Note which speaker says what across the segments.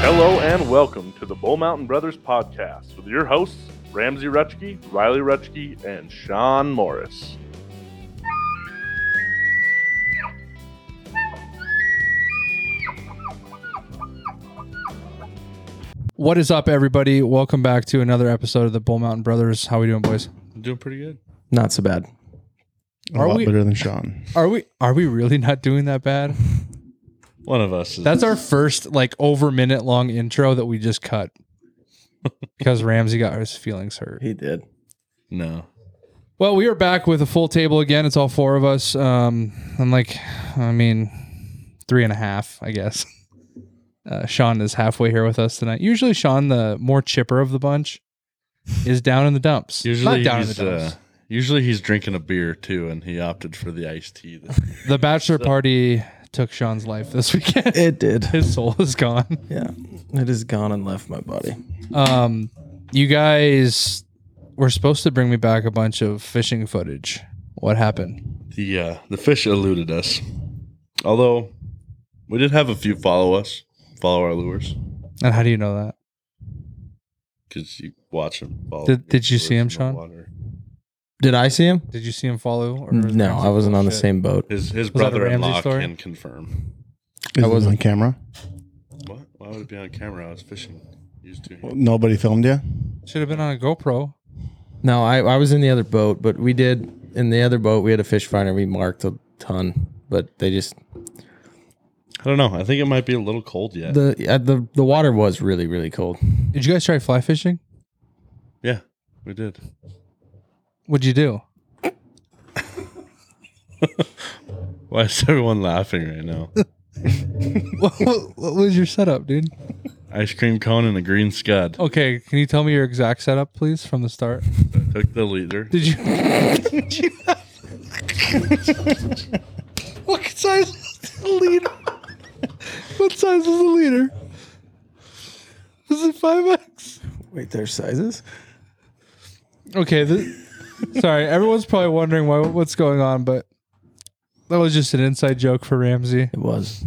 Speaker 1: Hello and welcome to the Bull Mountain Brothers podcast with your hosts, Ramsey Rutschke, Riley Rutschke, and Sean Morris.
Speaker 2: What is up, everybody? Welcome back to another episode of the Bull Mountain Brothers. How we doing, boys?
Speaker 1: Doing pretty good.
Speaker 3: Not so bad.
Speaker 4: A
Speaker 2: Are
Speaker 4: lot
Speaker 2: we-
Speaker 4: better than Sean.
Speaker 2: Are we are we really not doing that bad?
Speaker 5: One of us is
Speaker 2: That's our first like over minute long intro that we just cut because Ramsey got his feelings hurt.
Speaker 3: He did.
Speaker 5: no.
Speaker 2: Well, we are back with a full table again. It's all four of us. Um, I'm like, I mean, three and a half, I guess. Uh, Sean is halfway here with us tonight. Usually, Sean, the more chipper of the bunch, is down in the dumps.
Speaker 5: Usually
Speaker 2: Not down in the
Speaker 5: he's uh,
Speaker 2: dumps.
Speaker 5: usually he's drinking a beer too, and he opted for the iced tea. This
Speaker 2: the bachelor party took Sean's life this weekend.
Speaker 3: It did.
Speaker 2: His soul is gone.
Speaker 3: Yeah. It is gone and left my body.
Speaker 2: Um, you guys were supposed to bring me back a bunch of fishing footage. What happened?
Speaker 5: the uh, the fish eluded us, although we did have a few follow us, follow our lures,
Speaker 2: And how do you know that?
Speaker 5: because you watch them. Follow
Speaker 2: Did- did you
Speaker 5: lures
Speaker 2: see 'em,
Speaker 5: in the
Speaker 2: Sean?
Speaker 5: water.
Speaker 3: Did I see him?
Speaker 2: Did you see him follow? Or was
Speaker 3: No,
Speaker 2: Ramsey
Speaker 3: I wasn't on the
Speaker 2: bullshit?
Speaker 3: same boat.
Speaker 5: His his
Speaker 2: that a Ramsey
Speaker 5: brother-in-law
Speaker 2: story?
Speaker 5: can confirm.
Speaker 4: Is I was
Speaker 3: wasn't-
Speaker 4: on camera.
Speaker 5: What? Why would it be on camera? I was fishing. Used to.
Speaker 4: Well, nobody filmed you.
Speaker 2: Should have been on a GoPro.
Speaker 3: No, I, I was in the other boat, but we did in the other boat we had a fish finder, we marked a ton. But they just
Speaker 5: I don't know. I think it might be a little cold yet.
Speaker 3: the uh, the the water was really, really cold.
Speaker 2: Did you guys try fly fishing?
Speaker 5: yeah, we did.
Speaker 2: What'd you do?
Speaker 5: Why is everyone laughing right now?
Speaker 2: what, what- what was your setup, dude?
Speaker 5: Ice cream cone and a green scud.
Speaker 2: Okay, can you tell me your exact setup, please, from the start?
Speaker 5: Took the leader.
Speaker 2: Did you? Did you what size was the leader? What size was the leader? Was it five X?
Speaker 3: Wait, there's sizes?
Speaker 2: Okay. This, sorry, everyone's probably wondering why what's going on, but that was just an inside joke for Ramsey.
Speaker 3: It was.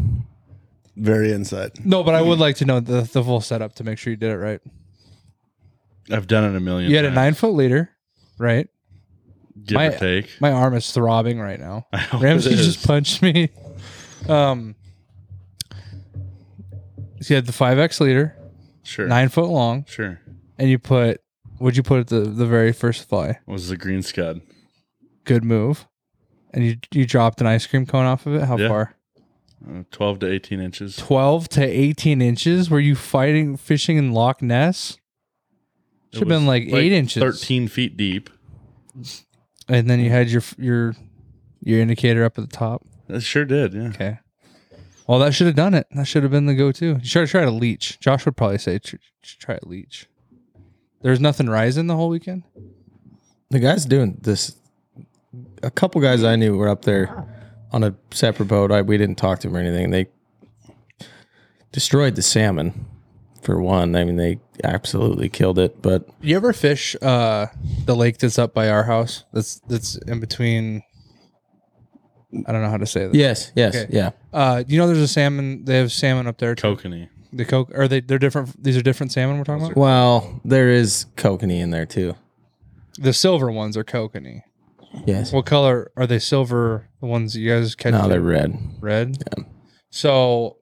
Speaker 4: Very inside.
Speaker 2: No, but I would like to know the, the full setup to make sure you did it right.
Speaker 5: I've done it a million.
Speaker 2: You had a
Speaker 5: times,
Speaker 2: nine foot leader, right?
Speaker 5: give
Speaker 2: my-
Speaker 5: or take.
Speaker 2: My arm is throbbing right now.
Speaker 5: I hope
Speaker 2: Ramsey
Speaker 5: Oh, it is.
Speaker 2: just punched me. Um, so you had the five X leader,
Speaker 5: sure,
Speaker 2: nine foot long,
Speaker 5: sure.
Speaker 2: and you put what'd you put at the, the very first fly?
Speaker 5: What was the green scud?
Speaker 2: Good move. And you you dropped an ice cream cone off of it. How
Speaker 5: Yeah.
Speaker 2: far?
Speaker 5: Uh, Twelve to eighteen inches.
Speaker 2: Twelve to eighteen inches. Were you fighting fishing in Loch Ness?
Speaker 5: It
Speaker 2: Should have been
Speaker 5: was
Speaker 2: like, eight inches.
Speaker 5: Thirteen feet deep.
Speaker 2: And then you had your your your indicator up at the top.
Speaker 5: It sure did. Yeah.
Speaker 2: Okay. Well, that should have done it. That should have been the go-to. You should have tried a leech. Josh would probably say "Tr- tr- try a leech. There's nothing rising the whole weekend.
Speaker 3: The guys doing this a couple guys I knew were up there on a separate boat. I we didn't talk to them or anything. They destroyed the salmon for one. I mean they absolutely killed it, but
Speaker 2: You ever fish uh, the lake that's up by our house? That's that's in between. I don't know how to say that.
Speaker 3: Yes, yes,
Speaker 2: Okay.
Speaker 3: yeah.
Speaker 2: Uh, you know, there's a salmon. They have salmon up there.
Speaker 5: Kokanee.
Speaker 2: The coke. Are they? They're different. These are different salmon we're talking about.
Speaker 3: Well, there is kokanee in there too.
Speaker 2: The silver ones are kokanee.
Speaker 3: Yes.
Speaker 2: What color are they? Silver. The ones that you guys catch.
Speaker 3: No, they're red.
Speaker 2: red. So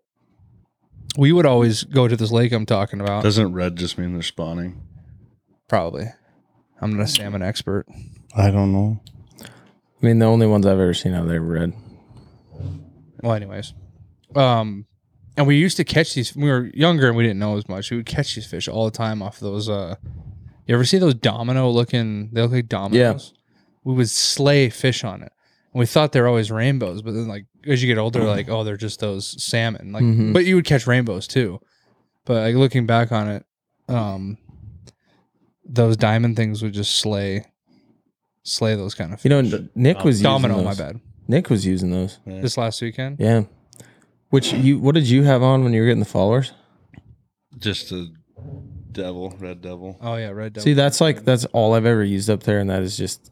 Speaker 2: we would always go to this lake I'm talking about.
Speaker 5: Doesn't red just mean they're spawning?
Speaker 2: probably. I'm not a salmon expert.
Speaker 4: I don't know.
Speaker 3: I mean, the only ones I've ever seen out there were red.
Speaker 2: Well, anyways, um, and we used to catch these. When we were younger and we didn't know as much. We would catch these fish all the time off those. Uh, you ever see those domino looking? They look like dominoes. We would slay fish on it. And we thought they were always rainbows, but then like as you get older,
Speaker 3: Mm-hmm.
Speaker 2: like oh, they're just those salmon. Like,
Speaker 3: Mhm.
Speaker 2: but you would catch rainbows too. But like looking back on it, um, those diamond things would just slay, slay those kind of fish.
Speaker 3: You know, Nick was
Speaker 2: uh, domino.
Speaker 3: Using
Speaker 2: My
Speaker 3: those.
Speaker 2: bad.
Speaker 3: Nick was using those.
Speaker 2: This last weekend.
Speaker 3: Yeah. Which you? What did you have on when you were getting the followers?
Speaker 5: Just a devil, red devil.
Speaker 2: Oh yeah, red. Devil.
Speaker 3: See, that's like that's all I've ever used up there, and that is just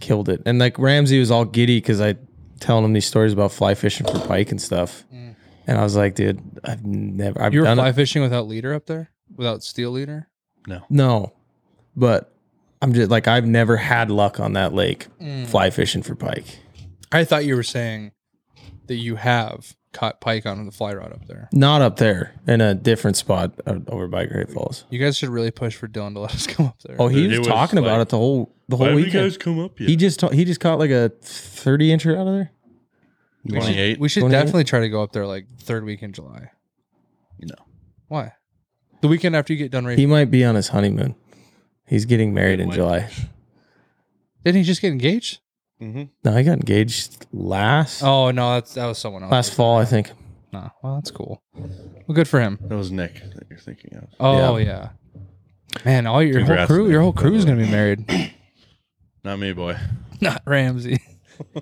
Speaker 3: killed it. And like Ramsey was all giddy because I telling him these stories about fly fishing for pike and stuff, And I was like, dude, I've never. I've
Speaker 2: Mm. You were
Speaker 3: done
Speaker 2: fly
Speaker 3: it.
Speaker 2: fishing without leader up there, without steel leader.
Speaker 3: No, but I'm just like I've never had luck on that lake
Speaker 2: Mm.
Speaker 3: fly fishing for pike.
Speaker 2: I thought you were saying that you have caught pike on the fly rod up there.
Speaker 3: Not up there in a different spot uh, over by Great Falls.
Speaker 2: You guys should really push for Dylan to let us come up there.
Speaker 3: Oh, he
Speaker 5: Dude,
Speaker 3: was,
Speaker 5: it was
Speaker 3: talking about
Speaker 5: like-
Speaker 3: it the whole the whole
Speaker 5: Why have you
Speaker 3: weekend.
Speaker 5: guys come up
Speaker 3: He
Speaker 5: yet?
Speaker 3: just ta- he just caught like a thirty incher out of there.
Speaker 2: we should,
Speaker 5: 28.
Speaker 2: we should
Speaker 3: 28?
Speaker 2: definitely try to go up there like third week in July.
Speaker 5: No.
Speaker 2: Why? The weekend after you get done racing.
Speaker 3: He might be on his honeymoon. He's getting married in
Speaker 5: Wait.
Speaker 3: July.
Speaker 2: Didn't he just get engaged?
Speaker 3: No, he got engaged last
Speaker 2: Oh no, that's that was someone else.
Speaker 3: last fall, I think.
Speaker 2: No. Well, that's cool. Well, good for him.
Speaker 5: That was Nick that you're thinking of.
Speaker 2: Oh yeah. Man, all your whole
Speaker 5: Congrats,
Speaker 2: crew, your
Speaker 5: Nick,
Speaker 2: whole
Speaker 5: by
Speaker 2: crew's
Speaker 5: the way.
Speaker 2: gonna be married,
Speaker 5: Not me, boy.
Speaker 2: not Ramsey.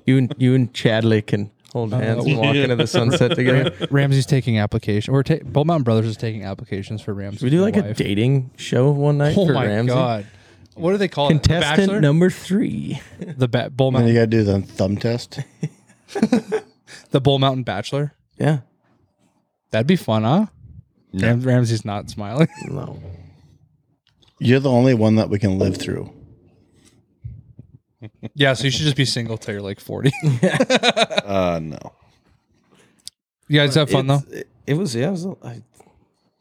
Speaker 3: You and you and Chadley can hold
Speaker 2: Uh-huh.
Speaker 3: hands and walk
Speaker 5: yeah.
Speaker 3: into the sunset together.
Speaker 2: Ramsey's taking application, or ta- Bull Mountain Brothers is taking applications for Ramsey.
Speaker 3: Should we do like a dating show one night
Speaker 2: Oh
Speaker 3: for
Speaker 2: my
Speaker 3: Ramsey?
Speaker 2: god! What do they call it? The Bachelor?
Speaker 3: Contestant number three.
Speaker 2: the ba- Bull
Speaker 4: Then you
Speaker 2: Mountain,
Speaker 4: got to do the thumb test.
Speaker 2: the Bull Mountain Bachelor.
Speaker 3: Yeah.
Speaker 2: That'd be fun, huh?
Speaker 5: No.
Speaker 2: Ram- Ramsey's not smiling.
Speaker 3: No.
Speaker 4: You're the only one that we can live through.
Speaker 2: yeah, so you should just be single till you're like forty.
Speaker 5: Uh, no.
Speaker 2: you guys have fun though.
Speaker 3: It's- It, it was yeah. It was, I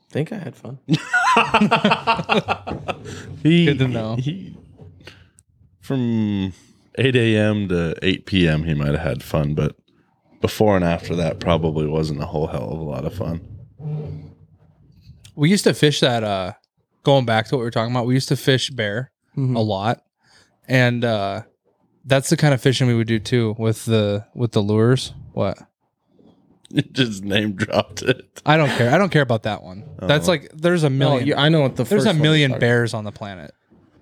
Speaker 3: think I had fun.
Speaker 5: He,
Speaker 2: Good to know.
Speaker 5: He, from 8 a.m. to 8 p.m., he might have had fun, but before and after that probably wasn't a whole hell of a lot of fun.
Speaker 2: We used to fish that. uh Going back to what we were talking about, we used to fish bear
Speaker 3: Mm-hmm.
Speaker 2: a lot, and uh that's the kind of fishing we would do too with the with the lures. What?
Speaker 5: You just name dropped it.
Speaker 2: I don't care. I don't care about that one. That's
Speaker 5: Oh.
Speaker 2: like there's a
Speaker 3: No,
Speaker 2: million.
Speaker 3: you- I know what the
Speaker 2: There's
Speaker 3: first
Speaker 2: a
Speaker 3: one
Speaker 2: million
Speaker 3: was.
Speaker 2: bears on the planet.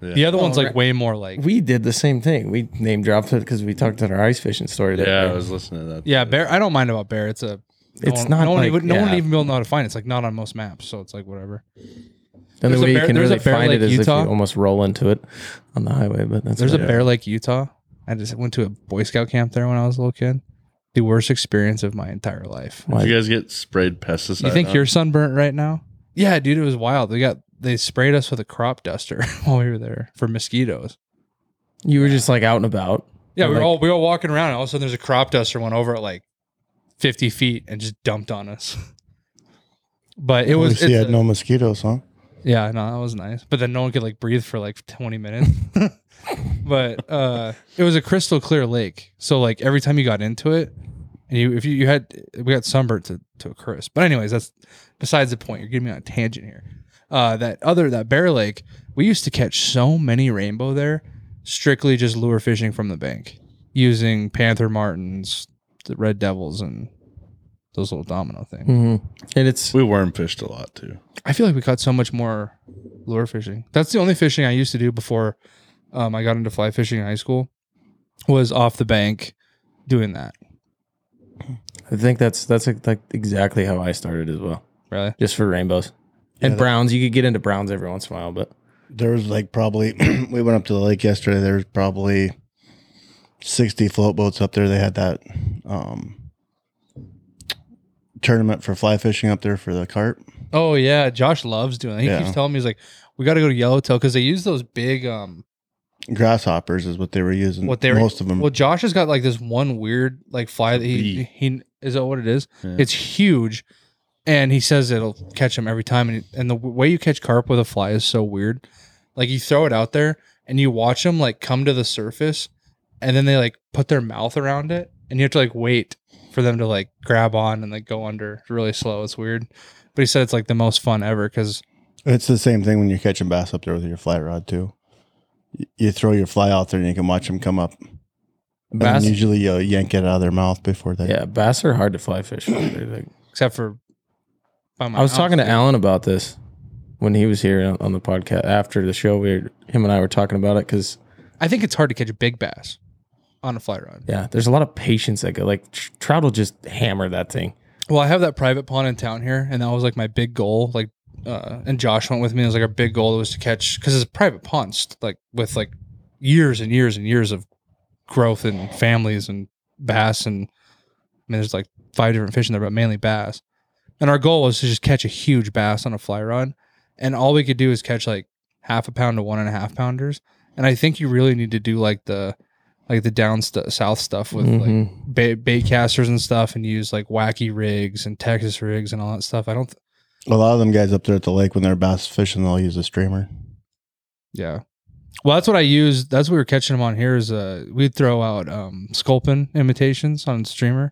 Speaker 5: Yeah.
Speaker 2: The other
Speaker 3: Oh,
Speaker 2: one's like
Speaker 3: right.
Speaker 2: way more like
Speaker 3: We did the same thing. We name dropped it because we talked about our ice fishing story. that
Speaker 5: Yeah,
Speaker 3: day.
Speaker 5: I was listening to that.
Speaker 2: yeah bear. I don't mind about bear. It's a no
Speaker 3: It's
Speaker 2: one-
Speaker 3: not
Speaker 2: No one
Speaker 3: like-
Speaker 2: even no one
Speaker 3: yeah.
Speaker 2: even be able to know how to find. it. It's like not on most maps, so it's like whatever.
Speaker 3: The only
Speaker 2: There's a
Speaker 3: way
Speaker 2: bear-
Speaker 3: you can
Speaker 2: there's a
Speaker 3: really
Speaker 2: bear
Speaker 3: find
Speaker 2: like
Speaker 3: it is
Speaker 2: Utah.
Speaker 3: if you almost roll into it on the highway. But that's
Speaker 2: There's a
Speaker 3: about
Speaker 2: bear like Utah. I just went to a Boy Scout camp there when I was a little kid. The worst experience of my entire life.
Speaker 3: it.
Speaker 5: Did you guys get sprayed pesticide?
Speaker 2: You think
Speaker 5: on?
Speaker 2: you're sunburnt right now? Yeah, dude, it was wild. They got they sprayed us with a crop duster while we were there for mosquitoes.
Speaker 3: you were just like out and about.
Speaker 2: Yeah, we were
Speaker 3: Like-
Speaker 2: all we were all walking around, and all of a sudden there's a crop duster went over at like 50 feet and just dumped on us. But it
Speaker 4: At
Speaker 2: was
Speaker 4: least you
Speaker 2: it's
Speaker 4: had
Speaker 2: a-
Speaker 4: no mosquitoes, huh?
Speaker 2: yeah, no, that was nice. But then no one could like breathe for like 20 minutes. but uh it was a crystal clear lake, so like every time you got into it, and you if you, you had we got sunburnt to to a crisp. But anyways, that's besides the point. You're getting me on a tangent here. Uh, that other that Bear Lake, we used to catch so many rainbow there, strictly just lure fishing from the bank using panther martins, the red devils, and those little domino things.
Speaker 3: hmm And it's
Speaker 5: We worm fished a lot too.
Speaker 2: I feel like we caught so much more lure fishing. That's the only fishing I used to do before um, I got into fly fishing in high school. Was off the bank doing that.
Speaker 3: I think that's that's like, like exactly how I started as well.
Speaker 2: Really?
Speaker 3: Just for rainbows and
Speaker 4: that-
Speaker 3: browns. You could get into browns every once in a while, but
Speaker 4: There was like probably, we went up to the lake yesterday. There was probably 60 float boats up there. They had that um, tournament for fly fishing up there for the carp.
Speaker 2: Oh yeah, Josh loves doing that. He
Speaker 4: Yeah.
Speaker 2: keeps telling me he's like, we got to go to Yellowtail because they use those big. um
Speaker 4: Grasshoppers is what they were using.
Speaker 2: What they were-
Speaker 4: most of them.
Speaker 2: Well, Josh has got like this one weird like fly that he
Speaker 5: Bee.
Speaker 2: he is that what it is?
Speaker 5: Yeah.
Speaker 2: It's huge, and he says it'll catch him every time. And and the w- way you catch carp with a fly is so weird. Like you throw it out there and you watch them like come to the surface, and then they like put their mouth around it, and you have to like wait for them to like grab on and like go under. It's really slow. It's weird, but he said it's like the most fun ever because
Speaker 4: It's the same thing when you're catching bass up there with your fly rod too. Y- You throw your fly out there and you can watch them come up. And then
Speaker 3: bass.
Speaker 4: usually you yank it out of their mouth before they.
Speaker 3: Yeah, bass are hard to fly fish. for. They're like-
Speaker 2: except for. by my
Speaker 3: I was
Speaker 2: house,
Speaker 3: talking to
Speaker 2: dude.
Speaker 3: Alan about this when he was here on- on the podcast after the show. We were, him and I were talking about it because
Speaker 2: I think it's hard to catch a big bass on a fly rod.
Speaker 3: yeah, there's a lot of patience that go like tr- trout will just hammer that thing.
Speaker 2: Well, I have that private pond in town here, and that was like my big goal. Like, uh, and Josh went with me. It was like our big goal was to catch because it's a private pond, st- like with like years and years and years of growth and families and bass and I mean, there's like five different fish in there, but mainly bass. And our goal was to just catch a huge bass on a fly rod. And all we could do is catch like half a pound to one and a half pounders. And I think you really need to do like the like the down st- south stuff with like
Speaker 3: Mhm.
Speaker 2: bait, bait casters and stuff and use like wacky rigs and Texas rigs and all that stuff. I don't, th-
Speaker 4: A lot of them guys up there at the lake when they're bass fishing, they'll use a streamer.
Speaker 2: yeah. Well, that's what I used. That's what we were catching them on here is uh, we'd throw out um, sculpin imitations on streamer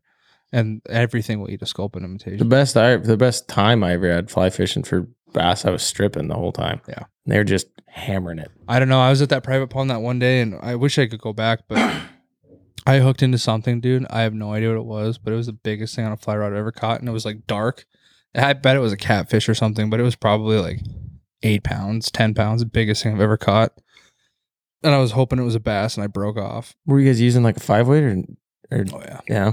Speaker 2: and everything will eat a sculpin
Speaker 3: The
Speaker 2: imitation.
Speaker 3: best I the best time I ever had fly fishing for bass, I was stripping the whole time.
Speaker 2: Yeah.
Speaker 3: And they were just hammering it.
Speaker 2: I don't know. I was at that private pond that one day and I wish I could go back, but I hooked into something, dude. I have no idea what it was, but it was the biggest thing on a fly rod I've ever caught and it was like dark. I bet it was a catfish or something, but it was probably like eight pounds, 10 pounds, the biggest thing I've ever caught. And I was hoping it was a bass and I broke off.
Speaker 3: Were you guys using like a five weight or, or
Speaker 2: Oh, yeah.
Speaker 3: yeah?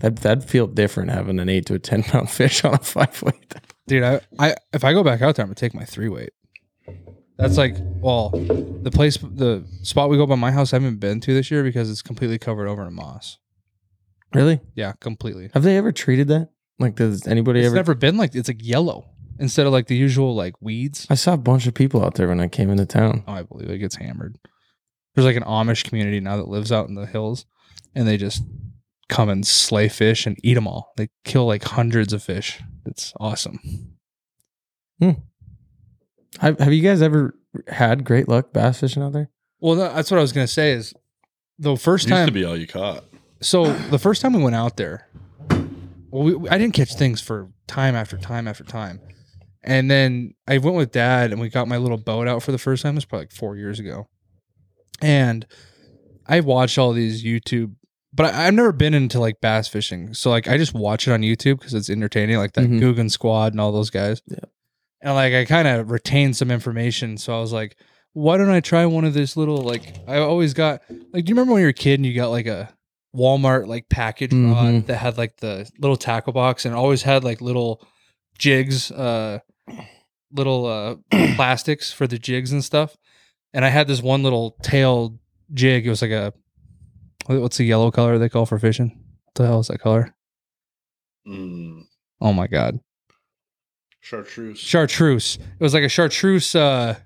Speaker 3: That that'd feel different having an eight to a ten pound fish on a five weight.
Speaker 2: Dude, I, I if I go back out there, I'm gonna take my three weight. That's like, well, the place, the spot we go by my house, I haven't been to this year because it's completely covered over in moss.
Speaker 3: Really?
Speaker 2: Yeah, completely.
Speaker 3: Have they ever treated that? Like does anybody
Speaker 2: It's
Speaker 3: ever
Speaker 2: never been like it's like yellow instead of like the usual like weeds.
Speaker 3: I saw a bunch of people out there when I came into town.
Speaker 2: Oh, I believe it gets hammered. There's like an Amish community now that lives out in the hills, and they just come and slay fish and eat them all. They kill like hundreds of fish. It's awesome.
Speaker 3: Have, have you guys ever had great luck bass fishing out there?
Speaker 2: Well, tha- that's what I was gonna say is the first
Speaker 5: used to
Speaker 2: time.
Speaker 5: be all you caught.
Speaker 2: so the first time we went out there, well, we, I didn't catch things for time after time after time. And then I went with dad and we got my little boat out for the first time. It was probably like four years ago. And I watched all these YouTube, but I, I've never been into like bass fishing. So like I just watch it on YouTube because it's entertaining, like that
Speaker 3: Mhm.
Speaker 2: Guggen Squad and all those guys.
Speaker 3: Yeah.
Speaker 2: And like I kind of retained some information. So I was like, why don't I try one of this little like I always got like do you remember when you were a kid and you got like a Walmart like package rod
Speaker 3: Mhm.
Speaker 2: that had like the little tackle box and it always had like little jigs, uh little uh plastics for the jigs and stuff. And I had this one little tail jig. It was like a what- what's the yellow color they call for fishing? What the hell is that color?
Speaker 5: Mm,
Speaker 2: Oh my god.
Speaker 5: chartreuse.
Speaker 2: Chartreuse. It was like a chartreuse uh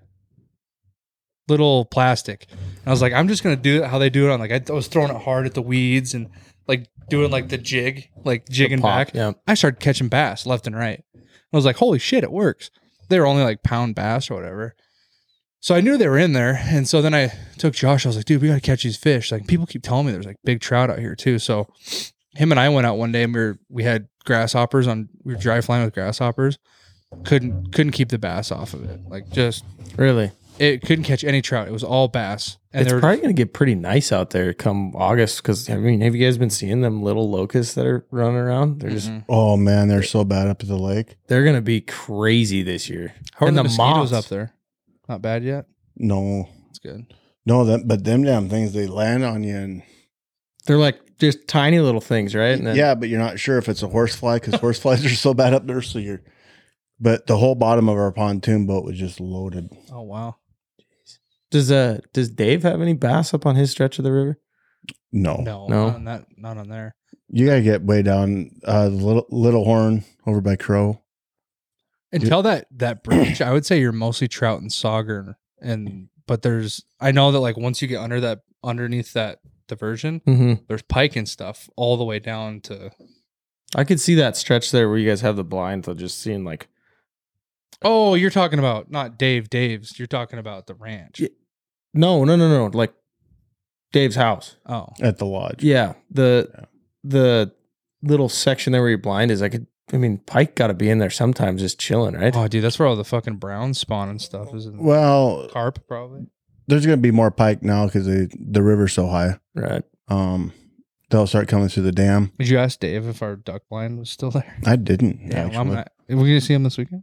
Speaker 2: little plastic. And I was like, I'm just gonna do it how they do it on like I, I was throwing it hard at the weeds and like doing like the jig, like jigging
Speaker 3: Pop,
Speaker 2: back.
Speaker 3: Yeah.
Speaker 2: I started catching bass left and right. I was like, holy shit, it works. They were only like pound bass or whatever. So I knew they were in there. And so then I took Josh. I was like, dude, we got to catch these fish. Like people keep telling me there's like big trout out here too. So him and I went out one day and we were, we had grasshoppers on, we were dry flying with grasshoppers. Couldn't, couldn't keep the bass off of it. Like just,
Speaker 3: Really?
Speaker 2: it couldn't catch any trout. It was all bass. And
Speaker 3: it's
Speaker 2: they were,
Speaker 3: probably going to get pretty nice out there come August because I mean, have you guys been seeing them little locusts that are running around? They're just
Speaker 2: Mhm.
Speaker 4: Oh man, they're so bad up at the lake.
Speaker 3: they're going to be crazy this year.
Speaker 2: how are
Speaker 3: and
Speaker 2: the,
Speaker 3: the
Speaker 2: mosquitoes
Speaker 3: moths.
Speaker 2: up there? Not bad yet.
Speaker 4: No,
Speaker 2: It's good.
Speaker 4: no, that, but them damn things they land on you and
Speaker 3: They're like just tiny little things, right? And then-
Speaker 4: yeah, but you're not sure if it's a horsefly because horseflies are so bad up there. So you're, but the whole bottom of our pontoon boat was just loaded.
Speaker 2: Oh, wow.
Speaker 3: Does uh does Dave have any bass up on his stretch of the river?
Speaker 4: No,
Speaker 2: No,
Speaker 3: No.
Speaker 2: Not on that, not on there.
Speaker 4: you gotta get way down uh, the little little horn over by Crow.
Speaker 2: Until that that bridge, I would say you're mostly trout and sauger, and but there's I know that like once you get under that underneath that diversion,
Speaker 3: Mm-hmm.
Speaker 2: there's pike and stuff all the way down to
Speaker 3: I could see that stretch there where you guys have the blinds. of just seeing like
Speaker 2: oh you're talking about not Dave Dave's you're talking about the ranch
Speaker 3: Yeah. no no no no like Dave's house.
Speaker 2: oh
Speaker 4: at the lodge.
Speaker 3: Yeah, the
Speaker 4: Yeah.
Speaker 3: the little section there where your blind is. I could. I mean, Pike got to be in there sometimes, just chilling, right?
Speaker 2: oh dude that's where all the fucking brown spawn and stuff is in
Speaker 4: Well,
Speaker 2: carp probably
Speaker 4: there's gonna be more pike now because the the river's so high.
Speaker 3: Right.
Speaker 4: Um, they'll start coming through the dam.
Speaker 2: did you ask Dave if our duck blind was still there
Speaker 4: I didn't.
Speaker 2: yeah well, I'm
Speaker 4: actually.
Speaker 2: not, are we gonna see him this weekend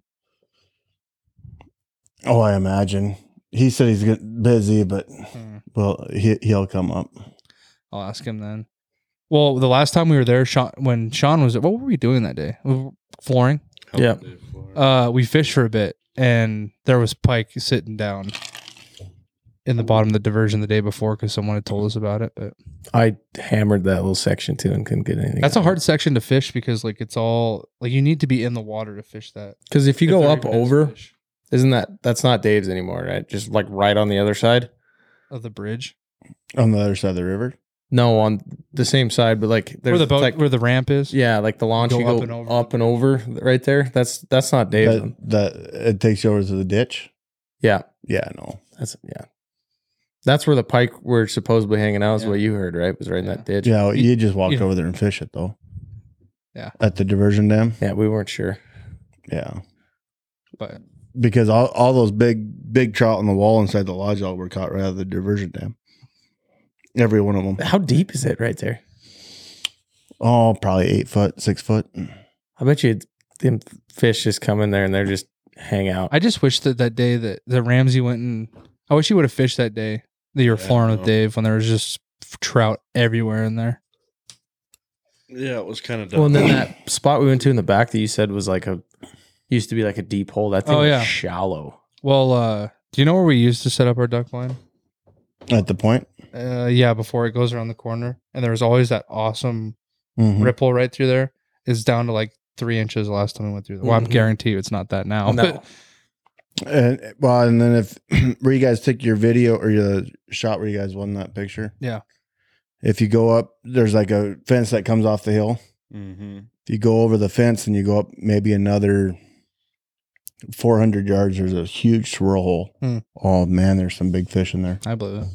Speaker 4: Oh, I imagine he said he's get busy, but
Speaker 2: Hmm.
Speaker 4: well, he he'll come up.
Speaker 2: I'll ask him then. Well, the last time we were there, Sean, when Sean was, what were we doing that day? We were Flooring.
Speaker 3: Yeah.
Speaker 2: Uh, we fished for a bit, and there was pike sitting down, in the bottom of the diversion the day before because someone had told us about it. But
Speaker 3: I hammered that little section too and couldn't get anything.
Speaker 2: that's a hard section to fish because like it's all like you need to be in the water to fish that.
Speaker 3: because if you
Speaker 2: If
Speaker 3: go
Speaker 2: they're
Speaker 3: up
Speaker 2: even nice
Speaker 3: over,
Speaker 2: fish
Speaker 3: isn't that that's not Dave's anymore, right? Just like right on the other side.
Speaker 2: of the bridge
Speaker 4: on the other side of the river.
Speaker 3: No, on the same side, but like there's
Speaker 2: where the boat
Speaker 3: like
Speaker 2: where the ramp is.
Speaker 3: yeah, like the launch
Speaker 2: Go
Speaker 3: you go up and over, right there. That's that's not Dave's.
Speaker 4: That, that it takes you over to the ditch.
Speaker 3: Yeah,
Speaker 4: Yeah, no.
Speaker 3: that's yeah. That's where the pike were supposedly hanging out. Is
Speaker 2: Yeah.
Speaker 3: what you heard, right? Was right in that ditch.
Speaker 4: Yeah, well,
Speaker 2: You-
Speaker 4: you just walked
Speaker 2: you-
Speaker 4: over there and fish it though.
Speaker 2: Yeah.
Speaker 4: At the diversion dam.
Speaker 3: Yeah, we weren't sure.
Speaker 4: Yeah.
Speaker 2: But
Speaker 4: Because all, all those big big trout on the wall inside the lodge all were caught right out of the diversion dam. Every one of them.
Speaker 3: How deep is it right there?
Speaker 4: Oh, probably eight foot, six foot.
Speaker 3: I bet you them fish just come in there and they're just hang out.
Speaker 2: I just wish that that day that that Ramsey went and I wish he would have fished that day that you were
Speaker 5: Yeah, I
Speaker 2: flooring with
Speaker 5: know.
Speaker 2: Dave when there was just trout everywhere in there.
Speaker 5: Yeah, it was kind of dumb.
Speaker 3: well, and then that spot we went to in the back that you said was like a used to be like a deep hole. That thing
Speaker 2: Oh,
Speaker 3: was
Speaker 2: yeah.
Speaker 3: shallow.
Speaker 2: Well, uh, do you know where we used to set up our duck line?
Speaker 4: At the point.
Speaker 2: Uh, yeah, before it goes around the corner, and there was always that awesome
Speaker 4: Mhm.
Speaker 2: ripple right through there. It's down to like three inches the last time we went through. There. Well, I'm
Speaker 3: Mhm.
Speaker 2: guarantee you it's not that now.
Speaker 3: No.
Speaker 2: but-
Speaker 4: And well, and then if where you guys took your video or your shot where you guys won that picture.
Speaker 2: Yeah.
Speaker 4: If you go up, there's like a fence that comes off the hill.
Speaker 5: mm-hmm.
Speaker 4: If you go over the fence and you go up maybe another 400 yards, there's a huge swirl hole.
Speaker 2: Hmm.
Speaker 4: Oh man, there's some big fish in there.
Speaker 2: I believe it.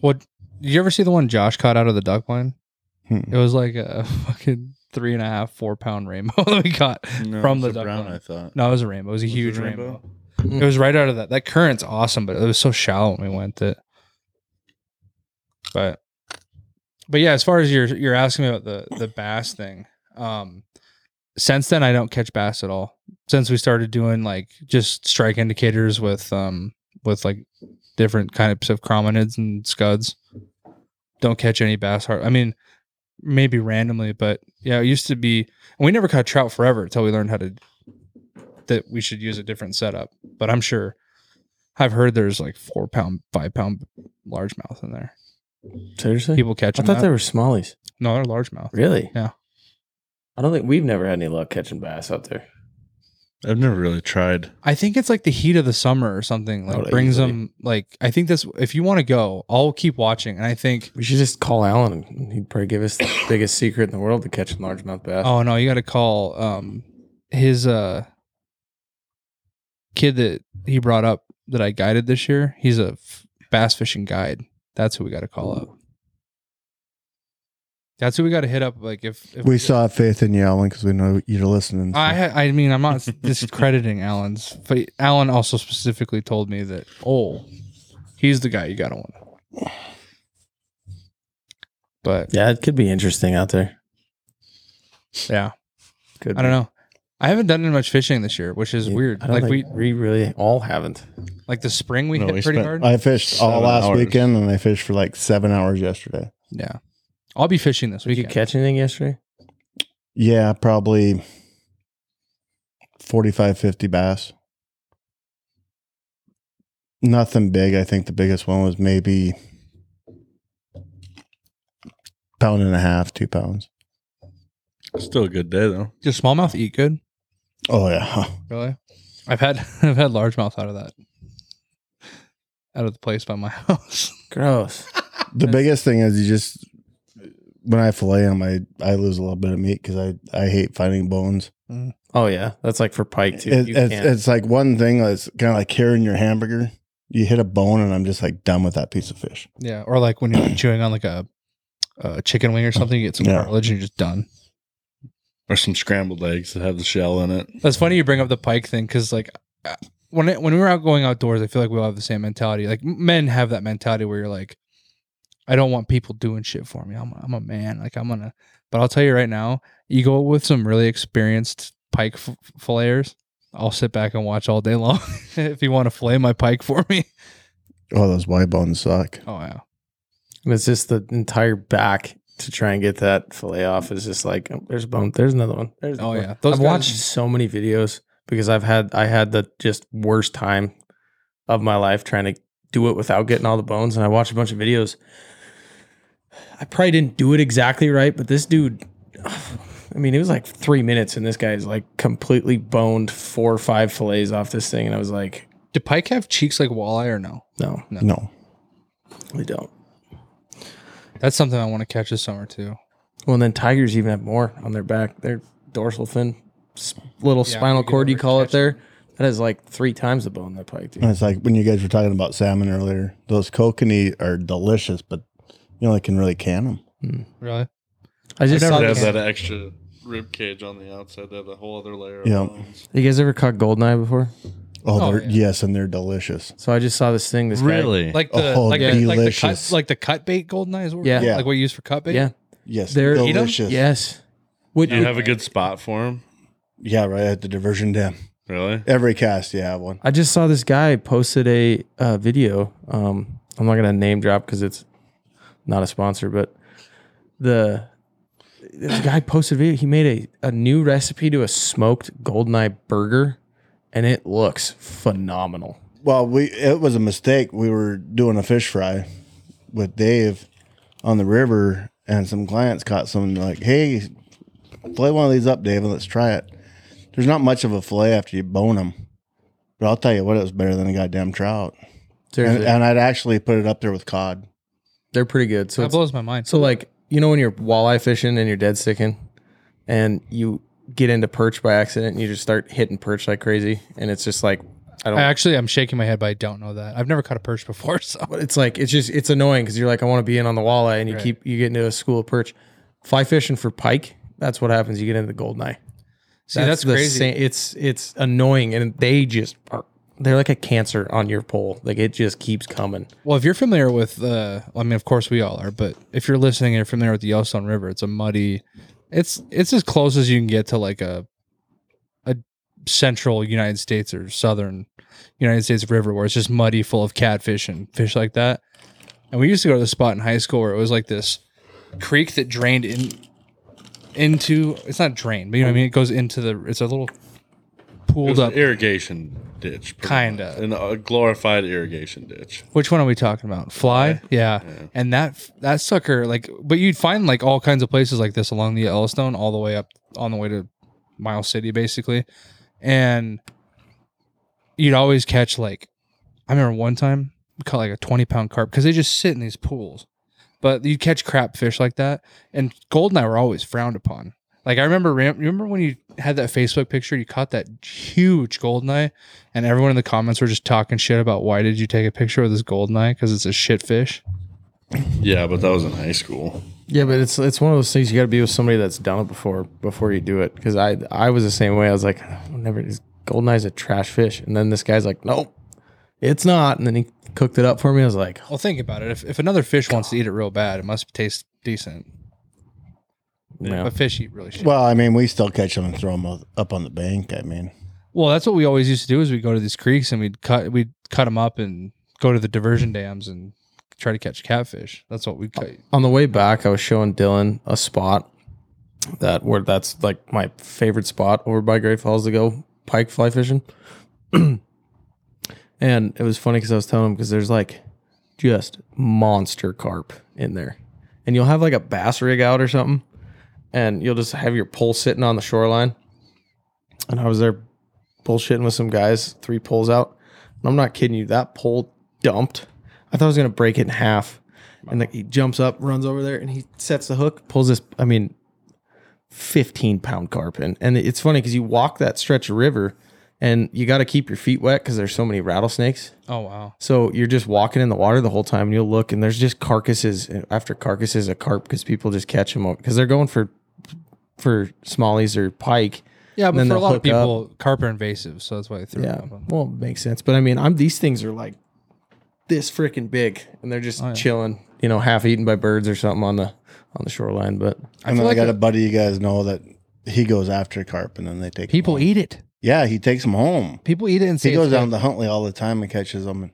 Speaker 2: What? Did you ever see the one Josh caught out of the duck line?
Speaker 4: Hmm.
Speaker 2: It was like a fucking three and a half, four pound rainbow that we caught. From the duck
Speaker 5: brown,
Speaker 2: line.
Speaker 5: I thought.
Speaker 2: No, it was a rainbow. It was a
Speaker 5: Was it
Speaker 2: huge
Speaker 5: a
Speaker 2: rainbow.
Speaker 5: rainbow?
Speaker 2: It was right out of that. That current's awesome, but it was so shallow when we went that. But, but yeah, as far as you're you're asking me about the the bass thing, um, since then I don't catch bass at all. Since we started doing like just strike indicators with um with like different types of cromonids and scuds, don't catch any bass hard. I mean, maybe randomly, but yeah, it used to be. We never caught trout forever until we learned how to that we should use a different setup. But I'm sure I've heard there's like four pound, five pound largemouth in there.
Speaker 3: Seriously?
Speaker 2: People catch
Speaker 3: I
Speaker 2: them.
Speaker 3: thought
Speaker 2: that.
Speaker 3: they were smallies.
Speaker 2: no, they're largemouth.
Speaker 3: Really?
Speaker 2: Yeah.
Speaker 3: I don't think we've never had any luck catching bass out there.
Speaker 5: I've never really tried.
Speaker 2: I think it's like the heat of the summer or something. Like
Speaker 3: Oh, that
Speaker 2: brings
Speaker 3: easily.
Speaker 2: them. Like I think this. If you want to go, I'll keep watching. And I think.
Speaker 3: We should just call Alan and he'd probably give us the biggest secret in the world to catching largemouth bass.
Speaker 2: Oh no, you got to call um his uh kid that he brought up that I guided this year. He's a f- bass fishing guide. That's who we got to call up. That's who we got to hit up. Like if, if
Speaker 4: We saw faith in you, Alan, because we know you're listening.
Speaker 2: I ha- I mean I'm not discrediting Alan's, but Alan also specifically told me that oh, he's the guy you gotta want. But
Speaker 3: Yeah, it could be interesting out there.
Speaker 2: yeah,
Speaker 3: Could
Speaker 2: I don't know. I haven't done any much fishing this year, which is
Speaker 3: Yeah,
Speaker 2: weird.
Speaker 3: I don't
Speaker 2: Like
Speaker 3: think
Speaker 2: we
Speaker 3: we really all haven't.
Speaker 2: like the spring we
Speaker 5: No,
Speaker 2: hit
Speaker 5: we
Speaker 2: pretty
Speaker 5: spent-
Speaker 2: hard.
Speaker 4: I fished all
Speaker 5: Seven
Speaker 4: last
Speaker 5: hours.
Speaker 4: weekend and I fished for like seven hours yesterday.
Speaker 2: yeah, I'll be fishing this
Speaker 3: Did you
Speaker 2: weekend.
Speaker 3: catch anything yesterday?
Speaker 4: Yeah, probably 45, 50 bass. Nothing big. I think the biggest one was maybe pound and a half, two pounds.
Speaker 5: Still a good day though.
Speaker 2: Does smallmouth eat good?
Speaker 4: Oh yeah.
Speaker 2: Really? I've had I've had largemouth out of that out of the place by my house.
Speaker 3: Gross.
Speaker 4: The
Speaker 2: That's-
Speaker 4: biggest thing is you just when I fillet them, I I lose a little bit of meat because I I hate finding bones.
Speaker 3: Oh yeah, that's like for pike too.
Speaker 4: It-
Speaker 3: you
Speaker 4: it's,
Speaker 3: can't.
Speaker 4: it's like one thing that's kind of like carrying your hamburger. You hit a bone, and I'm just like done with that piece of fish.
Speaker 2: Yeah, or like when you're chewing on like a, a chicken wing or something, you get some
Speaker 4: Yeah.
Speaker 2: cartilage and you're just done.
Speaker 5: Or some scrambled eggs that have the shell in it.
Speaker 2: That's funny you bring up the pike thing because like uh, when it, when we were out going outdoors, I feel like we all have the same mentality. Like m- men have that mentality where you're like, I don't want people doing shit for me. I'm I'm a man. Like I'm gonna. But I'll tell you right now, you go with some really experienced pike f- flayers. I'll sit back and watch all day long if you want to flay my pike for me.
Speaker 4: Oh, those Y bones suck.
Speaker 2: Oh wow.
Speaker 3: And it's just the entire back to try and get that fillet off is just like oh, there's a bone. There's another one. There's
Speaker 2: Oh
Speaker 3: another one.
Speaker 2: yeah. Those
Speaker 3: I've
Speaker 2: guys-
Speaker 3: watched so many videos because I've had I had the just worst time of my life trying to do it without getting all the bones. And I watched a bunch of videos. I probably didn't do it exactly right, but this dude, I mean, it was like three minutes, and this guy's like completely boned four or five fillets off this thing. And I was like,
Speaker 2: Do pike have cheeks like walleye or no?
Speaker 3: no,
Speaker 4: No.
Speaker 3: we don't.
Speaker 2: That's something I want to catch this summer too.
Speaker 3: Well, and then tigers even have more on their back. Their dorsal fin, s- little
Speaker 2: Yeah,
Speaker 3: spinal
Speaker 2: you can
Speaker 3: cord, you call it
Speaker 2: overstretch
Speaker 3: there. That is like three times the bone that pike, dude.
Speaker 4: And it's like when you guys were talking about salmon earlier, those kokanee are delicious, but you only can really can them.
Speaker 2: Really?
Speaker 3: I just
Speaker 2: never
Speaker 3: saw
Speaker 5: They have
Speaker 2: had
Speaker 3: this.
Speaker 5: that extra rib cage on the outside. They have a whole other layer of
Speaker 4: Yeah.
Speaker 5: bones.
Speaker 3: You guys ever caught goldeneye before?
Speaker 4: Oh,
Speaker 2: Oh,
Speaker 4: they're,
Speaker 2: yeah.
Speaker 4: yes, and they're delicious.
Speaker 3: So I just saw this thing. This guy-
Speaker 2: Like the
Speaker 4: Oh,
Speaker 2: like,
Speaker 4: yeah.
Speaker 2: the, like the cut
Speaker 4: delicious.
Speaker 2: like the cut bait golden eyes were?
Speaker 3: Yeah.
Speaker 4: Yeah.
Speaker 2: Like what you use for cut bait?
Speaker 3: yeah,
Speaker 4: Yes,
Speaker 3: They're- Eat 'em?
Speaker 4: delicious.
Speaker 3: yes. Would,
Speaker 5: Do you have a good spot for them?
Speaker 4: yeah, right at the diversion dam.
Speaker 5: Really?
Speaker 4: Every cast, you have one.
Speaker 3: I just saw this guy posted a uh, video. Um, I'm not gonna name drop because it's not a sponsor, but the this guy posted a video. He made a, a new recipe to a smoked goldeneye burger, and it looks phenomenal.
Speaker 4: Well, we it was a mistake. We were doing a fish fry with Dave on the river, and some clients caught some and they're like, "Hey, fillet one of these up, Dave, and let's try it." There's not much of a fillet after you bone them, but I'll tell you what, it was better than a goddamn trout. And,
Speaker 3: Seriously,
Speaker 4: and I'd actually put it up there with cod.
Speaker 3: they're pretty good. So
Speaker 2: That
Speaker 3: it's-
Speaker 2: blows my mind.
Speaker 3: So like you know when you're walleye fishing and you're dead sticking, and you get into perch by accident and you just start hitting perch like crazy, and it's just like I don't.
Speaker 2: I actually I'm shaking my head, but I don't know that. I've never caught a perch before, so
Speaker 3: but it's like it's just it's annoying because you're like I want to be in on the walleye and you
Speaker 2: Right.
Speaker 3: keep you get into a school of perch. Fly fishing for pike, that's what happens. You get into the golden eye.
Speaker 2: see that's,
Speaker 3: the
Speaker 2: crazy.
Speaker 3: same- it's it's annoying and they just are they're like a cancer on your pole. Like it just keeps coming.
Speaker 2: Well, if you're familiar with, uh, I mean, of course we all are, but if you're listening and you're familiar with the Yellowstone River, it's a muddy, it's it's as close as you can get to like a a central United States or southern United States river where it's just muddy, full of catfish and fish like that. And we used to go to the spot in high school where it was like this creek that drained in into it's not drained, but you know what I mean. It goes into the it's a little
Speaker 5: It
Speaker 2: pooled
Speaker 5: was
Speaker 2: up.
Speaker 5: an irrigation ditch. pretty
Speaker 2: Kinda.
Speaker 5: much. An- A glorified irrigation ditch.
Speaker 2: Which one are we talking about? Fly, yeah. And that that sucker, like, but you'd find like all kinds of places like this along the Yellowstone, all the way up on the way to Miles City, basically. And you'd always catch like, I remember one time we caught like a twenty pound carp because they just sit in these pools. But you'd catch crap fish like that, and goldeneye were always frowned upon. Like I remember, Ram- you remember when you had that Facebook picture, you caught that huge goldeneye, and everyone in the comments were just talking shit about why did you take a picture of this goldeneye because it's a shit fish.
Speaker 5: Yeah, but that was in high school.
Speaker 3: Yeah, but it's it's one of those things you got to be with somebody that's done it before before you do it. Because I I was the same way. I was like, I'll never. Goldeneye's a trash fish, and then this guy's like, nope, it's not. And then he cooked it up for me. I was like, "Oh,
Speaker 2: Well, think about it. If, if another fish wants to eat it real bad, it must taste decent.
Speaker 3: no.
Speaker 2: But fish eat really shit.
Speaker 4: Well, I mean, we still catch them and throw them up on the bank. I mean,
Speaker 2: Well, that's what we always used to do is we'd go to these creeks and we'd cut we'd cut them up and go to the diversion dams and try to catch catfish. That's what we cut.
Speaker 3: on the way back, I was showing Dylan a spot that where that's like my favorite spot over by Great Falls to go pike fly fishing. and it was funny because I was telling him because there's like just monster carp in there, and you'll have like a bass rig out or something, and you'll just have your pole sitting on the shoreline. And I was there bullshitting with some guys, three poles out. And I'm not kidding you, that pole dumped. I thought I was gonna break it in half. And like he jumps up, runs over there, and he sets the hook, pulls this, I mean, 15 pound carp in. And it's funny because you walk that stretch of river and you got to keep your feet wet because there's so many rattlesnakes.
Speaker 2: Oh wow.
Speaker 3: So you're just walking in the water the whole time and you'll look and there's just carcasses after carcasses of carp because people just catch them because they're going for for smallies or pike.
Speaker 2: Yeah,
Speaker 3: And
Speaker 2: but
Speaker 3: then
Speaker 2: for a
Speaker 3: they'll
Speaker 2: lot of
Speaker 3: hook up.
Speaker 2: people, carp are invasive, so that's why they threw
Speaker 3: Yeah.
Speaker 2: them. up.
Speaker 3: Well, it makes sense. But I mean, I'm these things are like this freaking big and they're just
Speaker 2: Oh, yeah.
Speaker 3: chilling, you know, half eaten by birds or something on the on the shoreline. But
Speaker 4: and then
Speaker 2: feel
Speaker 4: I
Speaker 2: like
Speaker 4: got
Speaker 2: the-
Speaker 4: a buddy you guys know that he goes after carp, and then they take 'em
Speaker 2: People
Speaker 4: home.
Speaker 2: eat it.
Speaker 4: Yeah, he takes them home.
Speaker 2: People eat it and say
Speaker 4: He
Speaker 2: it's
Speaker 4: goes
Speaker 2: good.
Speaker 4: down to Huntley all the time and catches them and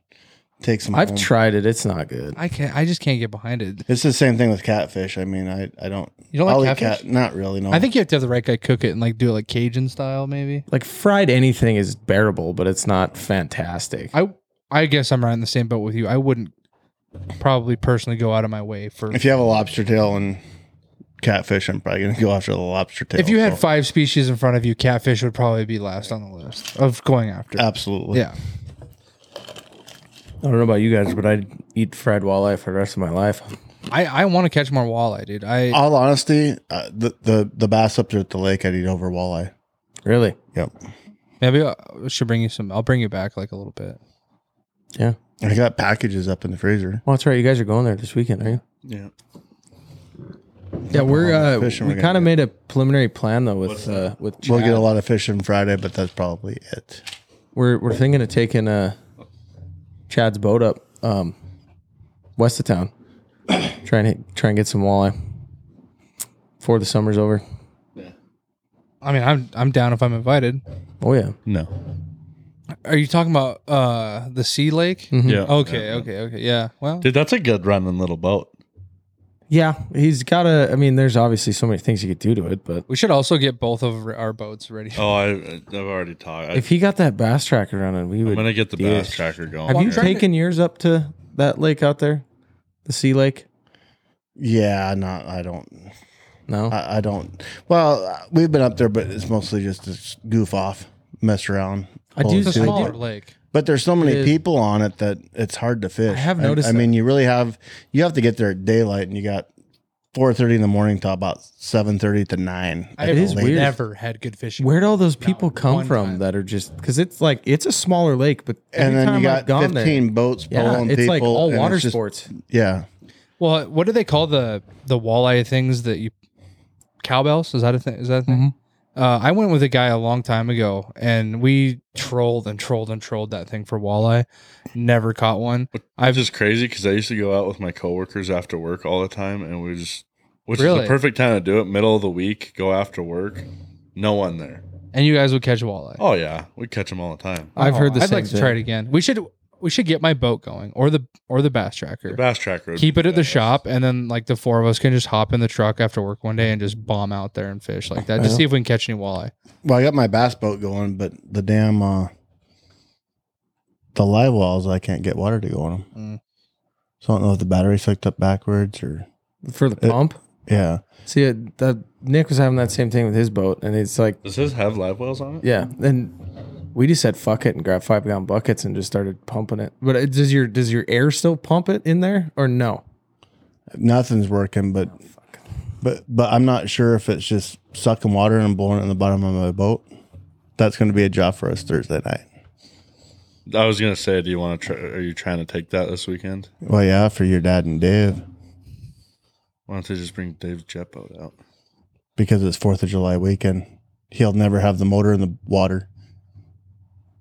Speaker 4: takes them.
Speaker 3: I've
Speaker 4: home.
Speaker 3: tried it. It's not good.
Speaker 2: I can't. I just can't get behind it.
Speaker 4: It's the same thing with catfish. I mean, I I don't.
Speaker 2: You don't like
Speaker 4: I'll eat
Speaker 2: catfish?
Speaker 4: Not really.
Speaker 3: Oh.
Speaker 4: No.
Speaker 2: I think you have to have the right guy cook it and like do it like Cajun style, maybe.
Speaker 3: Like fried anything is bearable, but it's not fantastic.
Speaker 2: I I guess I'm right in the same boat with you. I wouldn't probably personally go out of my way for
Speaker 4: If you have a lobster tail and catfish, I'm probably gonna go after the lobster tail.
Speaker 2: If you had
Speaker 4: so-
Speaker 2: five species in front of you, catfish would probably be last on the list of going after.
Speaker 4: absolutely.
Speaker 2: yeah.
Speaker 3: I don't know about you guys, but I'd eat fried walleye for the rest of my life.
Speaker 2: I, I want to catch more walleye, dude. I
Speaker 4: All honesty, uh, the, the the bass up there at the lake, I'd eat over walleye.
Speaker 3: Really?
Speaker 4: Yep.
Speaker 2: maybe I should bring you some. I'll bring you back like a little bit.
Speaker 3: Yeah.
Speaker 4: I got packages up in the freezer.
Speaker 3: Well, that's right. You guys are going there this weekend, are you?
Speaker 4: Yeah.
Speaker 3: Yeah, we're uh,
Speaker 4: Fish and
Speaker 3: we
Speaker 4: we're
Speaker 3: kind
Speaker 4: gonna
Speaker 3: of made a preliminary plan though with uh, with Chad.
Speaker 4: We'll get a lot of fish on Friday, but that's probably it.
Speaker 3: We're we're thinking of taking uh, Chad's boat up um, west of town, try and hit- try and get some walleye before the summer's over.
Speaker 2: I mean, I'm I'm down if I'm invited.
Speaker 3: Oh yeah,
Speaker 5: No.
Speaker 2: Are you talking about uh the sea lake?
Speaker 3: Mm-hmm.
Speaker 5: Yeah.
Speaker 2: Okay,
Speaker 5: Yeah.
Speaker 2: okay, okay. Yeah. Well,
Speaker 5: Dude, that's a good running little boat.
Speaker 3: yeah. He's got a. I mean, there's obviously so many things you could do to it, but
Speaker 2: we should also get both of our boats ready.
Speaker 5: Oh, I, I've already talked. I,
Speaker 3: if he got that bass tracker running, we would.
Speaker 5: I'm gonna get the
Speaker 3: Yeah.
Speaker 5: bass tracker going.
Speaker 3: Have you
Speaker 2: I'm trying to-
Speaker 3: taken yours up to that lake out there, the sea lake?
Speaker 4: Yeah, not I don't
Speaker 3: No.
Speaker 5: Uh,
Speaker 4: I, I don't. Well, uh, we've been up there, but it's mostly just to s- goof off, mess around.
Speaker 3: I do-
Speaker 4: pull
Speaker 2: It's a
Speaker 4: the
Speaker 3: Dude,
Speaker 4: tube.
Speaker 3: I
Speaker 2: smaller
Speaker 3: do-
Speaker 2: lake.
Speaker 4: But there's so
Speaker 3: It
Speaker 4: many
Speaker 3: is.
Speaker 4: people on it that it's hard to fish.
Speaker 3: I have noticed
Speaker 4: I, mean, you really have. You have to get there at daylight, and you got four thirty in the morning till about seven thirty to nine.
Speaker 2: I
Speaker 3: It is
Speaker 2: have
Speaker 3: weird.
Speaker 2: never had good fishing.
Speaker 3: Where'd all those
Speaker 2: That
Speaker 3: people come
Speaker 2: one
Speaker 3: from
Speaker 2: time.
Speaker 3: that are just because it's like it's a smaller lake, but every
Speaker 4: and then
Speaker 3: time
Speaker 4: you got
Speaker 3: I've gone
Speaker 4: fifteen boats
Speaker 3: there, yeah,
Speaker 4: pulling
Speaker 3: it's
Speaker 4: people.
Speaker 3: like all
Speaker 4: and it's
Speaker 3: water
Speaker 4: just-
Speaker 3: sports.
Speaker 4: Yeah,
Speaker 2: Well, what do they call the the walleye things that you cowbells? Is that a thing? Is that a thing?
Speaker 3: Mm-hmm.
Speaker 2: Uh, I went with a guy a long time ago, and we trolled and trolled and trolled that thing for walleye. Never caught one.
Speaker 5: I'm just crazy because I used to go out with my coworkers after work all the time, and we just, which is
Speaker 2: Really?
Speaker 5: the perfect time to do it, middle of the week, go after work, no one there.
Speaker 2: And you guys would catch walleye.
Speaker 5: Oh yeah, we catch them all the time.
Speaker 3: I've heard the
Speaker 2: I'd
Speaker 3: same
Speaker 2: like to
Speaker 3: thing.
Speaker 2: try it again. We should we should get my boat going or the or the bass tracker.
Speaker 5: The bass tracker. would
Speaker 2: Keep
Speaker 5: be
Speaker 2: it at the
Speaker 5: badass.
Speaker 2: shop, and then like the four of us can just hop in the truck after work one day and just bomb out there and fish like that to see if we can catch any walleye.
Speaker 4: Well, I got my bass boat going, but the damn uh the live walls, I can't get water to go on them.
Speaker 2: Mm.
Speaker 4: So I don't know if the battery's hooked up backwards or
Speaker 3: for the
Speaker 4: It-
Speaker 3: pump.
Speaker 4: yeah.
Speaker 3: See, uh, that Nick was having that same thing with his boat, and it's like,
Speaker 5: Does his have live wells on it?
Speaker 3: yeah. Then we just said fuck it and grabbed five gallon buckets and just started pumping it. But it, does your does your air still pump it in there or no?
Speaker 4: Nothing's working, but but but I'm not sure if it's just sucking water and blowing it in the bottom of my boat. That's going to be a job for us Thursday night.
Speaker 5: I was gonna say, do you want to? Try, are you trying to take that this weekend?
Speaker 4: Well, yeah, for your dad and Dave
Speaker 5: Why don't they just bring Dave's jet boat out?
Speaker 4: because it's Fourth of July weekend. He'll never have the motor in the water.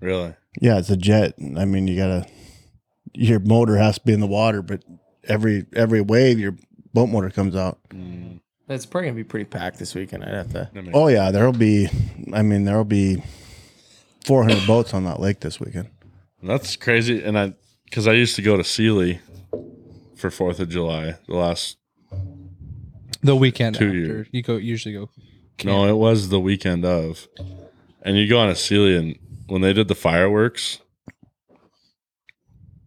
Speaker 5: Really?
Speaker 4: Yeah, it's a jet. I mean, you gotta your motor has to be in the water, but every every wave your boat motor comes out.
Speaker 5: Mm,
Speaker 3: That's probably gonna be pretty packed this weekend. I'd have to.
Speaker 5: I mean,
Speaker 4: Oh yeah, there'll be. I mean, there'll be 400 boats on that lake this weekend.
Speaker 5: That's crazy. And I, because I used to go to Sealy for Fourth of July the last.
Speaker 2: The weekend
Speaker 5: Two
Speaker 2: after.
Speaker 5: years.
Speaker 2: you go usually go.
Speaker 5: No, it was the weekend of, and you go on a Sealy, and when they did the fireworks,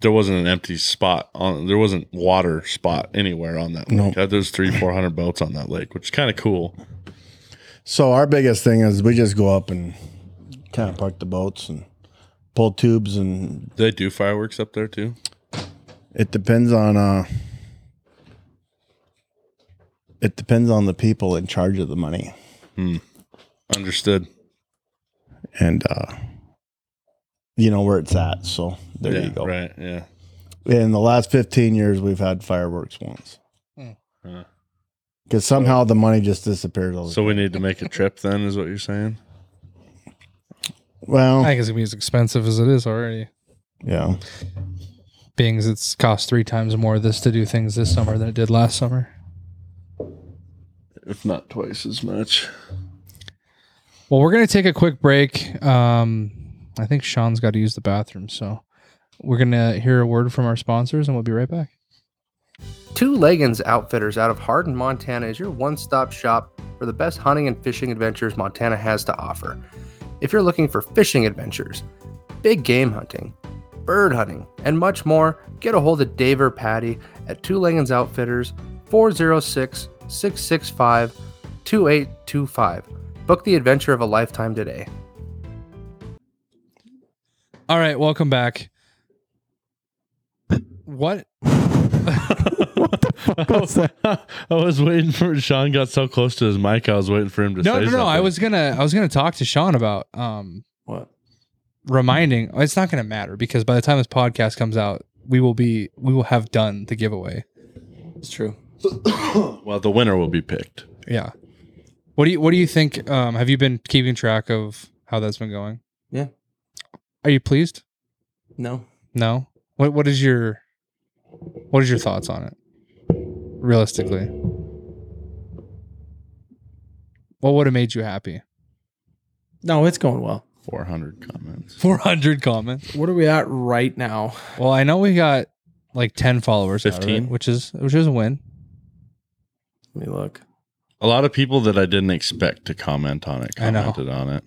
Speaker 5: there wasn't an empty spot on. There wasn't water spot anywhere on that.
Speaker 4: No.
Speaker 5: Lake. There's three, four hundred boats on that lake, which is kind of cool.
Speaker 4: So our biggest thing is we just go up and kind of park the boats and pull tubes, and
Speaker 5: Do they do fireworks up there too?
Speaker 4: it depends on. uh It depends on the people in charge of the money,
Speaker 5: Understood.
Speaker 4: and uh you know where it's at. So there
Speaker 5: Yeah,
Speaker 4: you go.
Speaker 5: Right. Yeah.
Speaker 4: in the last 15 years we've had fireworks once
Speaker 2: Hmm.
Speaker 5: Huh.
Speaker 4: because somehow the money just disappeared all the
Speaker 5: So we need to make a trip then, is what you're saying?
Speaker 4: well
Speaker 3: Oh.
Speaker 2: I think it's gonna be as expensive as it is already.
Speaker 4: yeah
Speaker 2: Being as it's cost three times more this to do things this summer than it did last summer.
Speaker 5: If not twice as much.
Speaker 2: Well, we're gonna take a quick break. Um, I think Sean's got to use the bathroom, so we're gonna hear a word from our sponsors, and we'll be right back.
Speaker 6: Two Leggins Outfitters out of Hardin, Montana is your one stop shop for the best hunting and fishing adventures Montana has to offer. If you're looking for fishing adventures, big game hunting, bird hunting, and much more, get a hold of Dave or Patty at Two Langens Outfitters, 406 665 2825. Book the adventure of a lifetime today.
Speaker 2: All right, welcome back. What?
Speaker 5: I was waiting for Sean got so close to his mic. I was waiting for him to
Speaker 2: No,
Speaker 5: say
Speaker 2: no, no.
Speaker 5: something.
Speaker 2: I was gonna, I was gonna talk to Sean about um
Speaker 4: What?
Speaker 2: reminding. It's not gonna matter because by the time this podcast comes out, we will be, we will have done the giveaway.
Speaker 3: It's true.
Speaker 5: Well, the winner will be picked.
Speaker 2: Yeah. What do you What do you think? Um, have you been keeping track of how that's been going?
Speaker 3: Yeah.
Speaker 2: Are you pleased?
Speaker 3: No.
Speaker 2: No. What What is your What is your thoughts on it? Realistically, what would have made you happy?
Speaker 3: No, it's going well.
Speaker 5: 400 comments.
Speaker 2: Four hundred comments.
Speaker 3: What are we at right now?
Speaker 2: Well, I know we got like ten followers, out of it,
Speaker 5: 15?
Speaker 2: which is which is a win.
Speaker 3: Let me look.
Speaker 5: A lot of people that I didn't expect to comment on it
Speaker 2: I know.
Speaker 5: commented on it.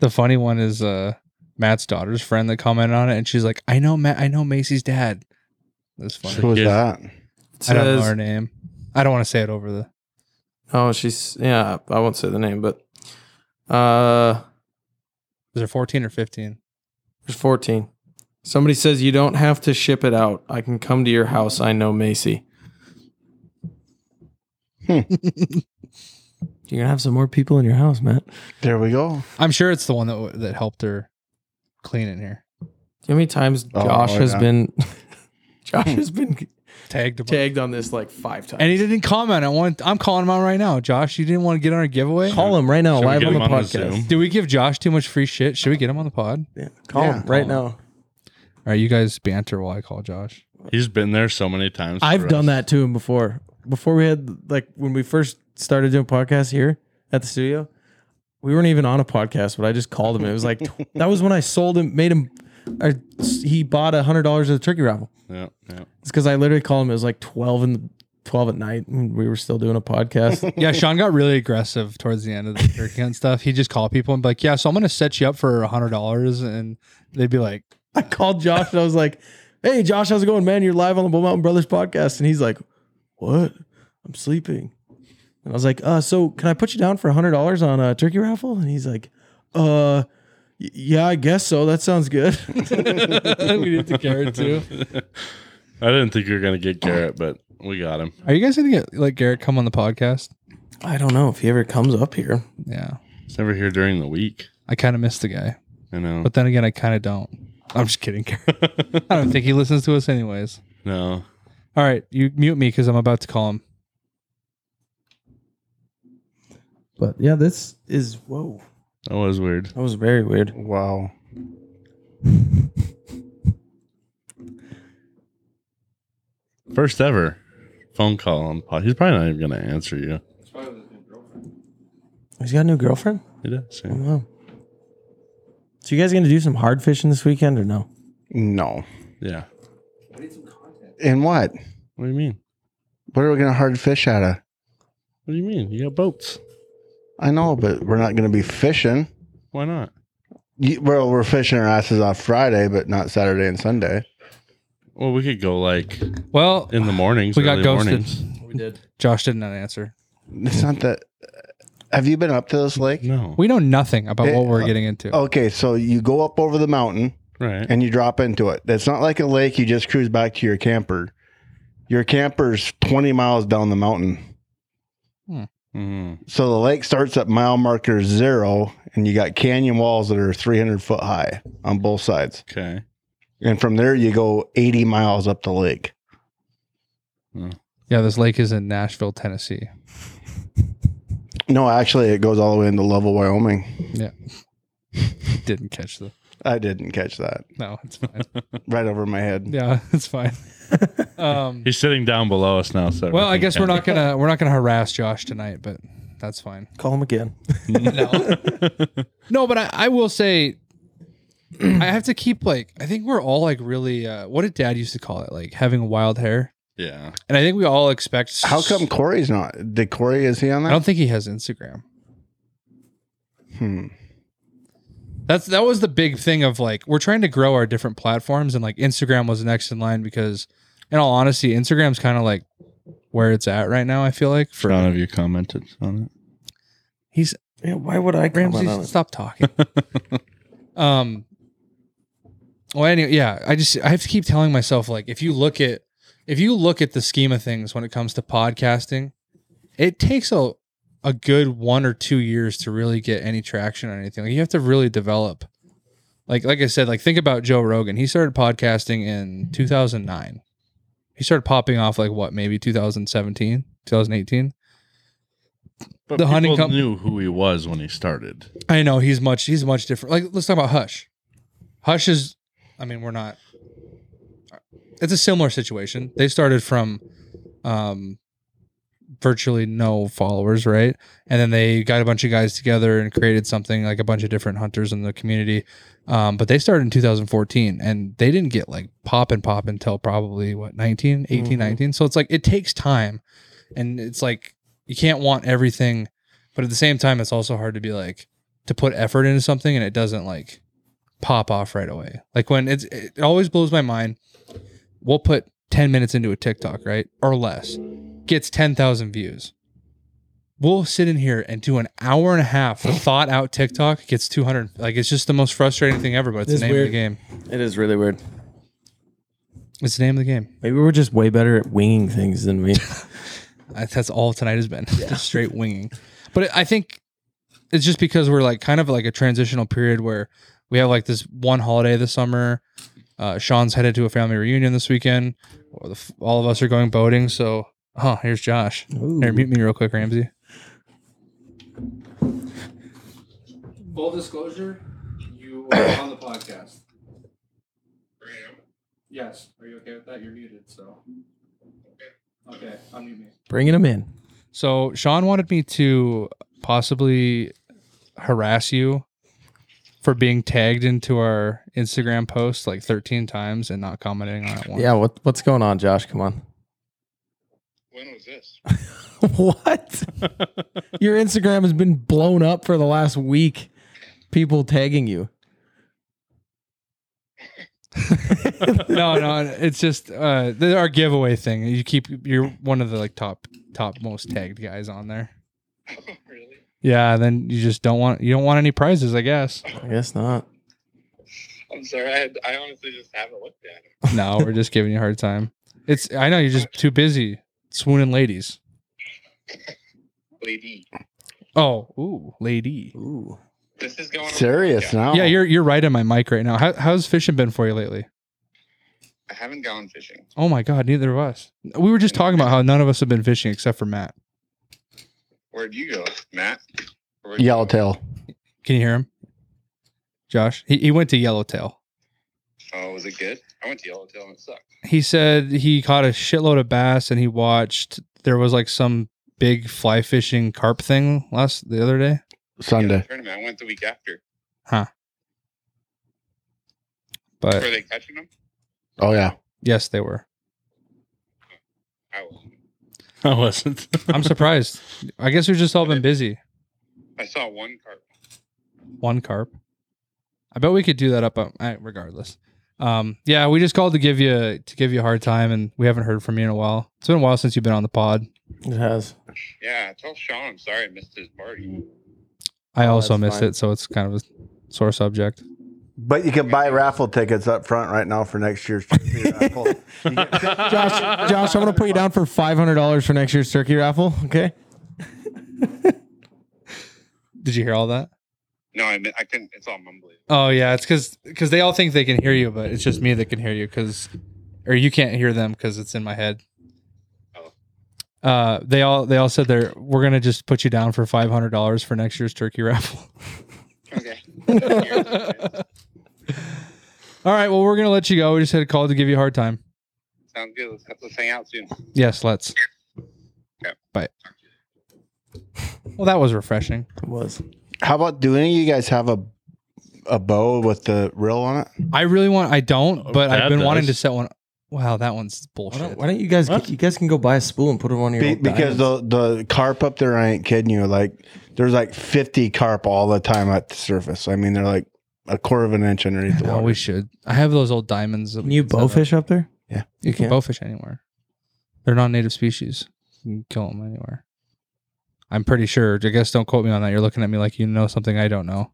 Speaker 2: The funny one is uh Matt's daughter's friend that commented on it, and she's like, "I know Matt, I know Macy's dad." That's funny.
Speaker 4: Who was
Speaker 5: Yeah.
Speaker 4: that?
Speaker 3: It
Speaker 2: I don't know her
Speaker 3: says-
Speaker 2: name. I don't want to say it over the.
Speaker 3: oh, she's yeah. I won't say the name, but uh,
Speaker 2: Is there 14 or 15?
Speaker 3: there's 14. Somebody says you don't have to ship it out. I can come to your house. I know Macy. Hmm. You're gonna have some more people in your house, Matt.
Speaker 4: There we go.
Speaker 2: I'm sure it's the one that that helped her clean in here.
Speaker 3: You know how many times
Speaker 4: Oh,
Speaker 3: Josh has
Speaker 4: yeah.
Speaker 3: been Josh has been
Speaker 2: Tagged. a bu-
Speaker 3: tagged on this like five times.
Speaker 2: And he didn't comment. I want. I'm calling him out right now, Josh. You didn't want to get on our giveaway.
Speaker 3: Call him right now,
Speaker 5: Should we
Speaker 3: live
Speaker 5: get
Speaker 3: on the
Speaker 5: him on the
Speaker 3: podcast.
Speaker 5: Zoom?
Speaker 2: Did we give Josh too much free shit? Should we get him on the pod?
Speaker 3: Call
Speaker 4: Yeah.
Speaker 3: him right now.
Speaker 2: All right, you guys banter while I call Josh.
Speaker 5: He's been there so many times.
Speaker 3: I've
Speaker 5: for
Speaker 3: done
Speaker 5: us.
Speaker 3: that to him before. Before we had like when we first started doing podcasts here at the studio, we weren't even on a podcast, but I just called him. It was like tw- that was when I sold him, made him. I, he bought a hundred dollars of the turkey raffle.
Speaker 5: Yeah, yeah.
Speaker 3: It's because I literally called him. It was like twelve and twelve at night, and we were still doing a podcast.
Speaker 2: Yeah, Sean got really aggressive towards the end of the turkey hunt stuff. He just called people and be like, "Yeah, so I'm gonna set you up for a hundred dollars," and they'd be like,
Speaker 3: I called Josh and I was like, "Hey, Josh, how's it going, man? You're live on the Bull Mountain Brothers podcast." And he's like, "What? I'm sleeping." And I was like, "Uh, so can I put you down for hundred dollars on a turkey raffle?" And he's like, "Uh, y- yeah, I guess so. That sounds good."
Speaker 2: "We need to carrot too."
Speaker 5: I didn't think you were going to get Garrett, but we got him.
Speaker 2: Are you guys gonna get let Garrett come on the podcast?
Speaker 3: I don't know if he ever comes up here.
Speaker 2: Yeah,
Speaker 5: He's never here during the week.
Speaker 2: I kind of miss the guy.
Speaker 5: You know?
Speaker 2: But then again, I kind of don't. I'm just kidding. I don't think he listens to us, anyways.
Speaker 5: no.
Speaker 2: All right, you mute me because I'm about to call him.
Speaker 3: But yeah, this is whoa.
Speaker 5: That was weird.
Speaker 3: That was very weird.
Speaker 4: Wow.
Speaker 5: First ever phone call on pod. He's probably not even going to answer you.
Speaker 3: He's got a new girlfriend.
Speaker 5: He does. yeah.
Speaker 3: Wow. So you guys gonna do some hard fishing this weekend or no?
Speaker 4: No.
Speaker 5: Yeah.
Speaker 4: And what?
Speaker 5: What do you mean?
Speaker 4: What are we gonna hard fish out of?
Speaker 5: What do you mean? You got boats.
Speaker 4: I know, but we're not gonna be fishing.
Speaker 5: Why not?
Speaker 4: You, well, we're fishing our asses off Friday, but not Saturday and Sunday.
Speaker 5: Well, we could go like
Speaker 2: Well,
Speaker 5: in the mornings.
Speaker 2: We got
Speaker 5: early
Speaker 2: ghosted.
Speaker 5: mornings.
Speaker 3: We did.
Speaker 2: Josh did not answer.
Speaker 4: It's not that. uh, Have you been up to this lake?
Speaker 5: No.
Speaker 2: We know nothing about
Speaker 4: Eh,
Speaker 2: what we're
Speaker 4: uh,
Speaker 2: getting into.
Speaker 4: Okay, so you go up over the mountain
Speaker 5: right.
Speaker 4: and you drop into it. That's not like a lake. You just cruise back to your camper. Your camper's twenty miles down the mountain,
Speaker 5: Mhm.
Speaker 4: so the lake starts at mile marker zero, and you got canyon walls that are three hundred foot high on both sides.
Speaker 5: Okay.
Speaker 4: And from there, you go 80 miles up the lake.
Speaker 2: Yeah, this lake is in Nashville, Tennessee.
Speaker 4: No, actually, it goes all the way into Lovell, Wyoming.
Speaker 2: Didn't catch the.
Speaker 4: I didn't catch that.
Speaker 2: No, it's fine.
Speaker 4: Right over my head.
Speaker 2: yeah, it's fine. Um,
Speaker 5: He's sitting down below us now. So
Speaker 2: well, I
Speaker 5: everything
Speaker 2: guess we're
Speaker 5: counts.
Speaker 2: not gonna we're not gonna harass Josh tonight, but that's fine.
Speaker 3: Call him again.
Speaker 2: No, but I, I will say I have to keep like I think we're all like really uh what did dad used to call it? Like having wild hair.
Speaker 5: Yeah.
Speaker 2: And I think we all expect
Speaker 4: How come Corey's not? Did Corey, is he on
Speaker 2: I
Speaker 4: that?
Speaker 2: don't think he has Instagram.
Speaker 4: Hmm.
Speaker 2: That's that was the big thing of like we're trying to grow our different platforms and like Instagram was next in line because in all honesty, Instagram's kind of like where it's at right now, I feel like. For
Speaker 5: Sean, have you commented on
Speaker 2: he's
Speaker 3: Yeah, why would I
Speaker 2: Ramsey, stop talking. um. Well, anyway, yeah, I just I have to keep telling myself like if you look at if you look at the scheme of things when it comes to podcasting, it takes a a good one or two years to really get any traction on anything. Like you have to really develop. Like like I said, like think about Joe Rogan. He started podcasting in 2009. He started popping off like what, maybe 2017, 2018.
Speaker 5: it? But
Speaker 2: The hunting
Speaker 5: people
Speaker 2: com-
Speaker 5: knew who he was when he started.
Speaker 2: I know he's much he's much different. Like let's talk about Hush. Hush is I mean, we're not it's a similar situation. They started from um virtually no followers, right? And then they got a bunch of guys together and created something like a bunch of different hunters in the community. Um, but they started in 2014 and they didn't get like pop and pop until probably what 19, 18,
Speaker 4: Mhm.
Speaker 2: 19. So it's like it takes time and it's like you can't want everything, but at the same time, it's also hard to be like to put effort into something and it doesn't like pop off right away. Like when it's it always blows my mind. We'll put 10 minutes into a TikTok, right? Or less. Gets 10,000 views. We'll sit in here and do an hour and a half thought out TikTok gets 200 like it's just the most frustrating thing ever, but it's
Speaker 3: This
Speaker 2: the name
Speaker 3: weird.
Speaker 2: of the game.
Speaker 3: It is really weird.
Speaker 2: It's the name of the game.
Speaker 3: Maybe we're just way better at winging things than me.
Speaker 2: I- That's all tonight has been. just straight winging. But it, I think it's just because we're like kind of like a transitional period where we have like this one holiday this summer. Uh, Sean's headed to a family reunion this weekend. All the f- All of us are going boating. So, oh, here's Josh. Here, mute me real quick, Ramsey. Full disclosure, you are on the podcast. Yes. Are you okay with that? You're muted, so. Okay, unmute me.
Speaker 3: Bringing them in.
Speaker 2: So Sean wanted me to possibly harass you for being tagged into our Instagram post like 13 times and not commenting on it once.
Speaker 3: Yeah, what what's going on, Josh? Come on. When was this? what? Your Instagram has been blown up for the last week. People tagging you.
Speaker 2: no, no, it's just uh, th- our giveaway thing. You keep you're one of the like top top most tagged guys on there.
Speaker 7: really?
Speaker 2: Yeah, then you just don't want you don't want any prizes, I guess.
Speaker 3: I guess not.
Speaker 7: I'm sorry. I, had, I honestly just haven't looked at it.
Speaker 2: No, we're just giving you a hard time. It's I know you're just too busy swooning ladies.
Speaker 7: Lady,
Speaker 2: Oh, ooh, lady.
Speaker 3: Ooh.
Speaker 7: this is going. on
Speaker 4: Serious
Speaker 7: the podcast.
Speaker 4: now?
Speaker 2: Yeah, you're you're right on my mic right now. How, how's fishing been for you lately?
Speaker 7: I haven't gone fishing.
Speaker 2: Oh my god, neither of us. We were just talking about how none of us have been fishing except for Matt.
Speaker 7: Where'd you go, Matt? Where'd you go?
Speaker 4: Yellowtail.
Speaker 2: Can you hear him? Josh, he, he went to Yellowtail.
Speaker 7: Oh, was it good? I went to Yellowtail and it sucked.
Speaker 2: He said he caught a shitload of bass and he watched there was like some big fly fishing carp thing last the other day.
Speaker 7: Yeah, the
Speaker 4: Sunday.
Speaker 7: tournament. I went the week after.
Speaker 2: But
Speaker 7: Were they catching them?
Speaker 4: Oh yeah.
Speaker 2: yes, they were.
Speaker 7: I wasn't.
Speaker 5: I wasn't.
Speaker 2: I'm surprised. I guess we've just all been busy.
Speaker 7: I saw one carp.
Speaker 2: one carp. I bet we could do that up. Um, eh, regardless, um, yeah, we just called to give you to give you a hard time, and we haven't heard from you in a while. It's been a while since you've been on the pod.
Speaker 3: It has.
Speaker 7: Yeah, tell Sean I'm sorry I missed his party.
Speaker 2: I
Speaker 3: Oh,
Speaker 2: also
Speaker 3: that's
Speaker 2: missed
Speaker 3: fine.
Speaker 2: it, so it's kind of a sore subject.
Speaker 4: But you can buy raffle tickets up front right now for next year's turkey raffle. You get fif-
Speaker 3: Josh, Josh, I'm gonna put you down for five hundred dollars for next year's turkey raffle. Okay.
Speaker 2: Did you hear all that?
Speaker 7: No, I mean, I couldn't. It's all mumbly.
Speaker 2: Oh yeah, it's because because they all think they can hear you, but it's just me that can hear you because, or you can't hear them because it's in my head. Uh, they all they all said they're we're gonna just put you down for five hundred dollars for next year's turkey raffle.
Speaker 7: Okay.
Speaker 2: All right, well we're gonna let you go. We just had a call to give you a hard time.
Speaker 7: Sounds good. Let's, let's hang out soon.
Speaker 2: Yes, let's.
Speaker 7: Yeah.
Speaker 2: Bye. Well, that was refreshing.
Speaker 3: It was.
Speaker 4: How about do any of you guys have a a bow with the reel on it?
Speaker 2: I really want. I don't, but I've
Speaker 5: Dad
Speaker 2: been wanting to
Speaker 5: does.
Speaker 2: set one. Wow, that one's
Speaker 3: Why
Speaker 2: bullshit.
Speaker 3: don't, why don't you guys you guys can go buy a spool and put it on your
Speaker 4: Be,
Speaker 3: own
Speaker 4: because
Speaker 3: diamonds.
Speaker 4: the the carp up there, I ain't kidding you. Like there's like 50 carp all the time at the surface. I mean, they're like a quarter of an inch underneath the
Speaker 2: No,
Speaker 4: water.
Speaker 2: Oh, we should. I have those old diamonds. That
Speaker 3: Can
Speaker 2: we
Speaker 3: you
Speaker 2: set up.
Speaker 3: bowfish up there?
Speaker 4: Yeah.
Speaker 3: You
Speaker 2: You can
Speaker 3: can't.
Speaker 2: bowfish anywhere. They're non-native species. You can kill them anywhere. I'm pretty sure. I guess don't quote me on that. You're looking at me like you know something I don't know.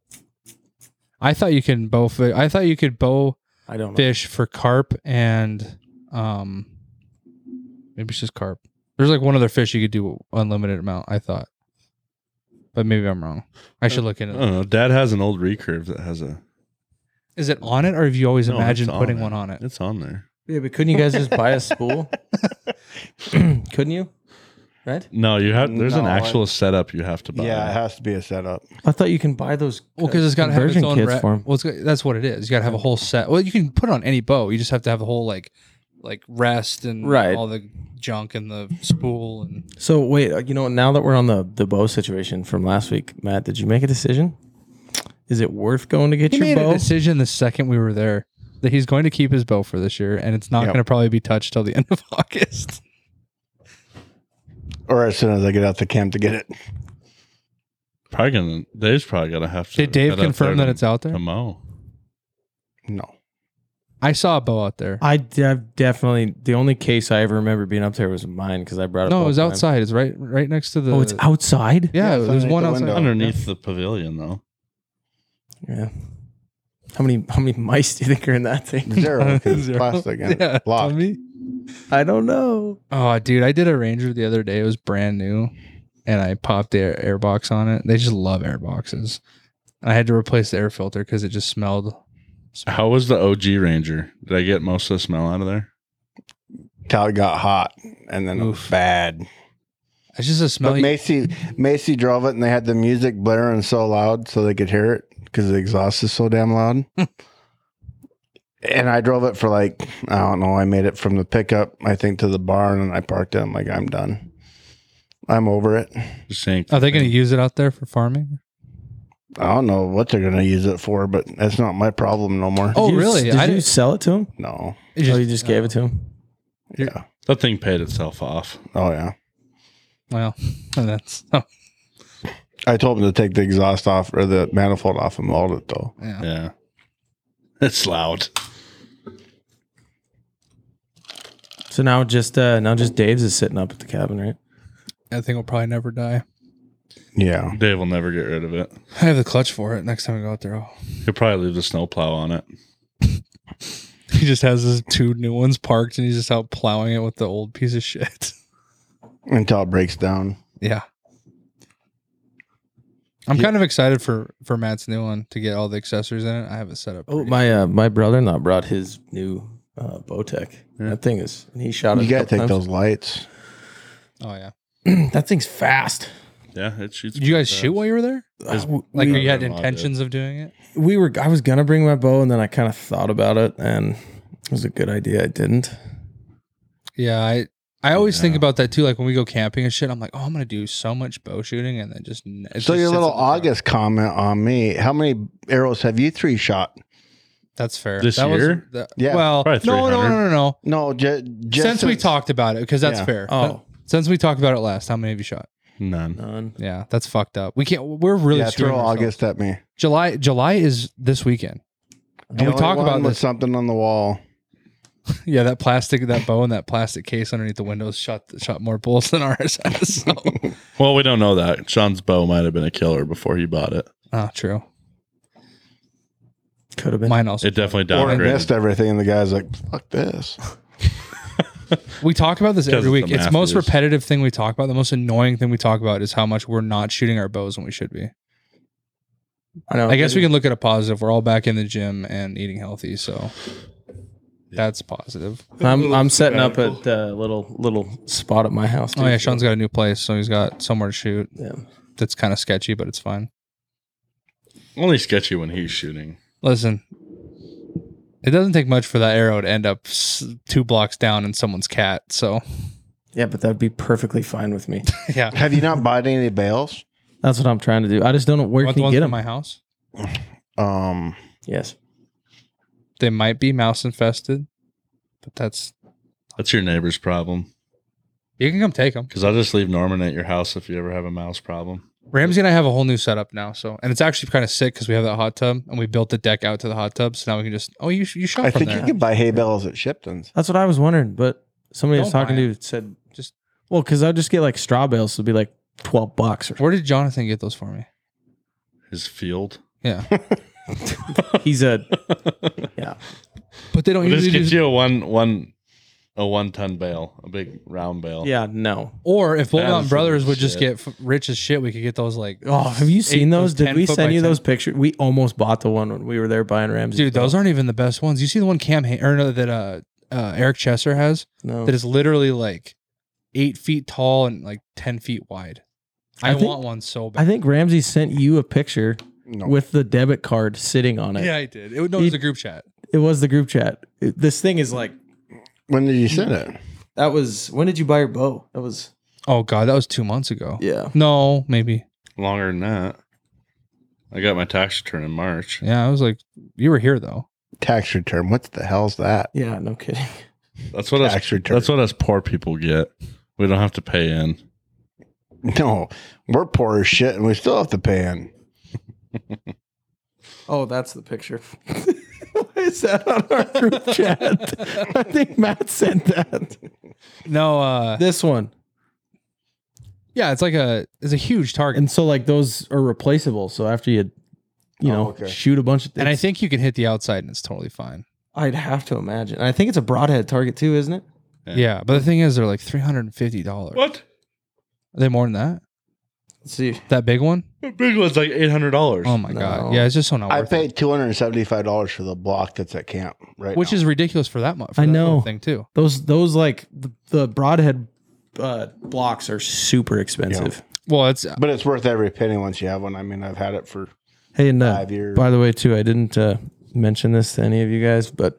Speaker 2: I thought you can bowfish. I thought you could bow
Speaker 3: I don't know.
Speaker 2: fish for carp and um, maybe it's just carp. There's like one other fish you could do unlimited amount. I thought, but maybe I'm wrong. I should look
Speaker 5: I
Speaker 2: into it.
Speaker 5: don't know. Dad has an old recurve that has a.
Speaker 2: Is it on it, or have you always
Speaker 5: No, it's
Speaker 2: imagined
Speaker 5: on
Speaker 2: putting
Speaker 5: it.
Speaker 2: one on it?
Speaker 5: It's on there.
Speaker 3: Yeah, but couldn't you guys just buy a spool? couldn't you? Right?
Speaker 5: No, you have. There's an
Speaker 4: No,
Speaker 5: actual setup you have to buy.
Speaker 4: yeah, it has to be a setup.
Speaker 3: I thought you can buy those.
Speaker 2: Well, because it's got to have its
Speaker 3: conversion
Speaker 2: own.
Speaker 3: kits
Speaker 2: Ra-
Speaker 3: for 'em.
Speaker 2: Well, it's got, that's what it is. You got to have a whole set. Well, you can put it on any bow. You just have to have a whole like, like rest and
Speaker 3: Right.
Speaker 2: all the junk and the spool and
Speaker 3: So wait, uh, you know, now that we're on the the bow situation from last week, Matt, did you make a decision? Is it worth going to get
Speaker 2: he
Speaker 3: your
Speaker 2: made a
Speaker 3: bow?
Speaker 2: decision the second we were there that he's going to keep his bow for this year, and it's not
Speaker 4: Yep.
Speaker 2: going to probably be touched till the end of August.
Speaker 4: Or as soon as I get out the camp to get it.
Speaker 5: Probably gonna. Dave's probably gonna have to.
Speaker 2: Did Dave confirm that it's out there?
Speaker 5: a mo?
Speaker 4: No.
Speaker 2: I saw a bow out there.
Speaker 3: I de- definitely the only case I ever remember being up there was mine because I brought it.
Speaker 2: no, it
Speaker 3: both
Speaker 2: was
Speaker 3: times.
Speaker 2: outside. It's right, right next to the.
Speaker 3: Oh, it's outside.
Speaker 2: Yeah,
Speaker 4: Yeah, it's
Speaker 2: there's
Speaker 4: underneath
Speaker 2: one
Speaker 4: the
Speaker 2: outside.
Speaker 4: window.
Speaker 5: Underneath the pavilion, though.
Speaker 3: Yeah. How many how many mice do you think are in that thing?
Speaker 4: Zero. 'cause it's
Speaker 2: Zero.
Speaker 4: Plastic and
Speaker 2: Yeah,
Speaker 4: it's blocked.
Speaker 2: dummy.
Speaker 3: I don't know.
Speaker 2: Oh, dude, I did a Ranger the other day. It was brand new, and I popped the air, air box on it. They just love air boxes. And I had to replace the air filter because it just smelled.
Speaker 5: How was the OG Ranger? Did I get most of the smell out of there?
Speaker 4: Till it got hot and then it was
Speaker 2: Oof.
Speaker 4: bad.
Speaker 2: It's just a
Speaker 4: But
Speaker 2: smelly.
Speaker 4: Macy Macy drove it and they had the music blaring so loud so they could hear it because the exhaust is so damn loud. and I drove it for like I don't know, I made it from the pickup, I think, to the barn and I parked it. I'm like, I'm done. I'm over it.
Speaker 5: Just saying.
Speaker 2: Are they going to use it out there for farming?
Speaker 4: I don't know what they're gonna use it for, but that's not my problem no more.
Speaker 2: Oh,
Speaker 3: Did you-
Speaker 2: really?
Speaker 3: Did
Speaker 2: I
Speaker 3: you
Speaker 2: didn't-
Speaker 3: sell it to him?
Speaker 4: No.
Speaker 2: It
Speaker 3: oh, you just gave it to him.
Speaker 4: Yeah.
Speaker 5: That thing paid itself off.
Speaker 4: Oh yeah.
Speaker 2: Well, that's
Speaker 4: I told him to take the exhaust off or the manifold off and weld it though.
Speaker 2: yeah.
Speaker 5: Yeah. It's loud.
Speaker 3: So now just uh now just Dave's is sitting up at the cabin, right?
Speaker 2: That thing will probably never die.
Speaker 4: Yeah.
Speaker 5: Dave will never get rid of it.
Speaker 2: I have the clutch for it. Next time I go out there, I'll-
Speaker 5: He'll probably leave the snowplow on it.
Speaker 2: he just has his two new ones parked, and he's just out plowing it with the old piece of shit.
Speaker 4: Until it breaks down.
Speaker 2: Yeah. I'm
Speaker 3: Yeah.
Speaker 2: kind of excited for for Matt's new one to get all the accessories in it. I have it set up.
Speaker 3: Oh
Speaker 2: pretty.
Speaker 3: my uh my brother in law brought his new uh Bowtech.
Speaker 5: Yeah.
Speaker 3: That thing is and he shot it.
Speaker 4: You
Speaker 3: a
Speaker 4: gotta take
Speaker 3: couple times.
Speaker 4: those lights.
Speaker 2: Oh yeah.
Speaker 3: that thing's fast.
Speaker 5: Yeah, it shoots.
Speaker 2: Did you guys
Speaker 5: pretty
Speaker 2: shoot
Speaker 5: fast.
Speaker 2: while you were there?
Speaker 5: Is-
Speaker 3: Uh,
Speaker 2: Like
Speaker 3: we,
Speaker 2: you had
Speaker 5: Grandma did.
Speaker 2: intentions of doing it?
Speaker 3: we were I was gonna bring my bow and then I kind of thought about it and it was a good idea I didn't.
Speaker 2: Yeah, I I always think
Speaker 5: Yeah.
Speaker 2: about that too. Like when we go camping and shit, I'm like, oh, I'm gonna do so much bow shooting, and then just n- it
Speaker 4: so
Speaker 2: just
Speaker 4: your
Speaker 2: sits in the
Speaker 4: little
Speaker 2: truck.
Speaker 4: August comment on me. How many arrows have you three shot?
Speaker 2: That's fair.
Speaker 5: This
Speaker 2: that
Speaker 5: year?
Speaker 2: Was, that, yeah.
Speaker 4: Yeah.
Speaker 2: Well,
Speaker 5: Probably
Speaker 2: no, no,
Speaker 5: 300.
Speaker 2: no, no, no.
Speaker 4: No, ju- just
Speaker 2: since we talked about it, because that's
Speaker 4: Yeah.
Speaker 2: fair.
Speaker 3: Oh.
Speaker 2: Since we talked about it last, how many have you shot?
Speaker 5: None.
Speaker 3: None.
Speaker 2: Yeah, that's fucked up. We can't. We're really
Speaker 4: yeah,
Speaker 2: screwing
Speaker 4: throw
Speaker 2: ourselves.
Speaker 4: August at me.
Speaker 2: July. July is this weekend. And
Speaker 4: The
Speaker 2: we
Speaker 4: only
Speaker 2: talk
Speaker 4: one
Speaker 2: about
Speaker 4: was
Speaker 2: this.
Speaker 4: something on the wall.
Speaker 2: Yeah, that plastic, that bow, and that plastic case underneath the windows shot shot more bullets than ours. has, so.
Speaker 5: Well, we don't know that. Sean's bow might have been a killer before he bought it.
Speaker 2: Ah, true.
Speaker 3: Could have been.
Speaker 2: Mine also.
Speaker 5: It definitely
Speaker 4: Or I
Speaker 5: downgraded.
Speaker 4: missed everything, and the guy's like, "Fuck this."
Speaker 2: We talk about this
Speaker 5: 'Cause
Speaker 2: every
Speaker 5: it's
Speaker 2: week.
Speaker 5: the
Speaker 2: It's the most
Speaker 5: Masters.
Speaker 2: repetitive thing we talk about. The most annoying thing we talk about is how much we're not shooting our bows when we should be.
Speaker 3: I know.
Speaker 2: I guess we can look at a positive. We're all back in the gym and eating healthy, so that's positive. Oh,
Speaker 3: I'm I'm setting up at uh, little little spot at my house.
Speaker 2: Oh yeah, Sean's got a new place, so he's got somewhere to shoot.
Speaker 3: Yeah.
Speaker 2: That's kind of sketchy, but it's fine.
Speaker 5: Only sketchy when he's shooting.
Speaker 2: Listen, it doesn't take much for that arrow to end up s- two blocks down in someone's cat. So
Speaker 3: Yeah, but that'd be perfectly fine with me.
Speaker 2: yeah,
Speaker 4: Have you not bought any bales?
Speaker 3: That's what I'm trying to do. I just don't know where
Speaker 2: Want
Speaker 3: can
Speaker 2: the
Speaker 3: you
Speaker 2: ones
Speaker 3: get
Speaker 2: from my
Speaker 3: them.
Speaker 2: house?
Speaker 4: Um,
Speaker 3: yes.
Speaker 2: They might be mouse infested, but that's
Speaker 5: That's your neighbor's problem.
Speaker 2: you can come take them.
Speaker 5: Because I'll just leave Norman at your house if you ever have a mouse problem.
Speaker 2: Ramsey and I have a whole new setup now, so and it's actually kind of sick because we have that hot tub and we built the deck out to the hot tub, so now we can just oh you sh- you shot
Speaker 4: I
Speaker 2: from
Speaker 4: think
Speaker 2: there.
Speaker 4: you can buy hay bales at Shipton's.
Speaker 3: That's what I was wondering, but somebody I was
Speaker 2: Don't
Speaker 3: talking
Speaker 2: buy
Speaker 3: to
Speaker 2: it.
Speaker 3: said
Speaker 2: Just-
Speaker 3: well, because I'd just get like straw bales, it'd be like twelve bucks or
Speaker 2: Where did Jonathan get those for me?
Speaker 5: His field.
Speaker 2: Yeah,
Speaker 3: He's a
Speaker 2: but they don't
Speaker 5: We'll just
Speaker 2: usually
Speaker 5: get
Speaker 2: do.
Speaker 5: you a one one a one ton bale, a big round
Speaker 2: Oh.
Speaker 5: bale.
Speaker 3: yeah no.
Speaker 2: Or if Bull
Speaker 5: That
Speaker 2: Mountain
Speaker 5: is
Speaker 2: Brothers would just
Speaker 5: shit.
Speaker 2: get f- rich as shit, we could get those like
Speaker 3: Oh, have you seen
Speaker 2: eight-
Speaker 3: those? Did
Speaker 2: 10
Speaker 3: we
Speaker 2: foot
Speaker 3: send
Speaker 2: by
Speaker 3: you
Speaker 2: 10.
Speaker 3: those pictures? We almost bought the one when we were there buying Ramsey.
Speaker 2: Dude, those aren't even the best ones. You see the one Cam ha- or no, that uh, uh, Eric Chesser has
Speaker 3: no.
Speaker 2: that is literally like eight feet tall and like ten feet wide. I,
Speaker 3: I think-
Speaker 2: want one so bad.
Speaker 3: I think Ramsey sent you a picture
Speaker 4: No.
Speaker 3: with the debit card sitting on it.
Speaker 2: yeah, I did. It, no, it was
Speaker 3: He-
Speaker 2: a group chat.
Speaker 3: It was the group chat. It- this thing is like
Speaker 4: when did you send it?
Speaker 3: that was when did you buy your bow? That was
Speaker 2: Oh god, that was two months ago.
Speaker 3: yeah.
Speaker 2: No, maybe.
Speaker 5: Longer than that. I got my tax return in March.
Speaker 2: Yeah, I was like, you were here though.
Speaker 4: Tax return. What the hell's that?
Speaker 3: Yeah, no kidding.
Speaker 5: That's what us
Speaker 4: Tax return.
Speaker 5: that's what us poor people get. We don't have to pay in.
Speaker 4: No, we're poor as shit, and we still have to pay in.
Speaker 3: Oh, that's the picture. Why is that on our group chat? I think Matt sent that.
Speaker 2: No, uh,
Speaker 3: This one.
Speaker 2: yeah, it's like a it's a huge target, and,
Speaker 3: And so like those are replaceable. So after you you
Speaker 4: Oh,
Speaker 3: know,
Speaker 4: okay.
Speaker 3: shoot a bunch of
Speaker 2: I
Speaker 3: it's-
Speaker 2: think you can hit the outside and it's totally fine.
Speaker 3: I'd have to imagine. And I think it's a broadhead target too, isn't it?
Speaker 5: Yeah.
Speaker 2: Yeah, but the thing is, they're like three hundred and fifty dollars. Are
Speaker 5: What?
Speaker 2: they more than that?
Speaker 3: Let's see.
Speaker 2: That big one?
Speaker 5: The big one's like eight hundred dollars.
Speaker 2: Oh my
Speaker 3: No.
Speaker 2: god! Yeah, it's just so not.
Speaker 4: I
Speaker 2: worth it.
Speaker 4: paid two hundred and seventy-five dollars for the block that's at camp right
Speaker 2: which
Speaker 4: now.
Speaker 2: is ridiculous for that much. For
Speaker 3: I
Speaker 2: that little
Speaker 3: know.
Speaker 2: thing too.
Speaker 3: Those those like the, the broadhead uh, blocks are super expensive.
Speaker 2: Well, it's
Speaker 4: but it's worth every penny once you have one. I mean, I've had it for
Speaker 3: Hey, and uh,
Speaker 4: five years.
Speaker 3: by the way, too, I didn't uh, mention this to any of you guys, but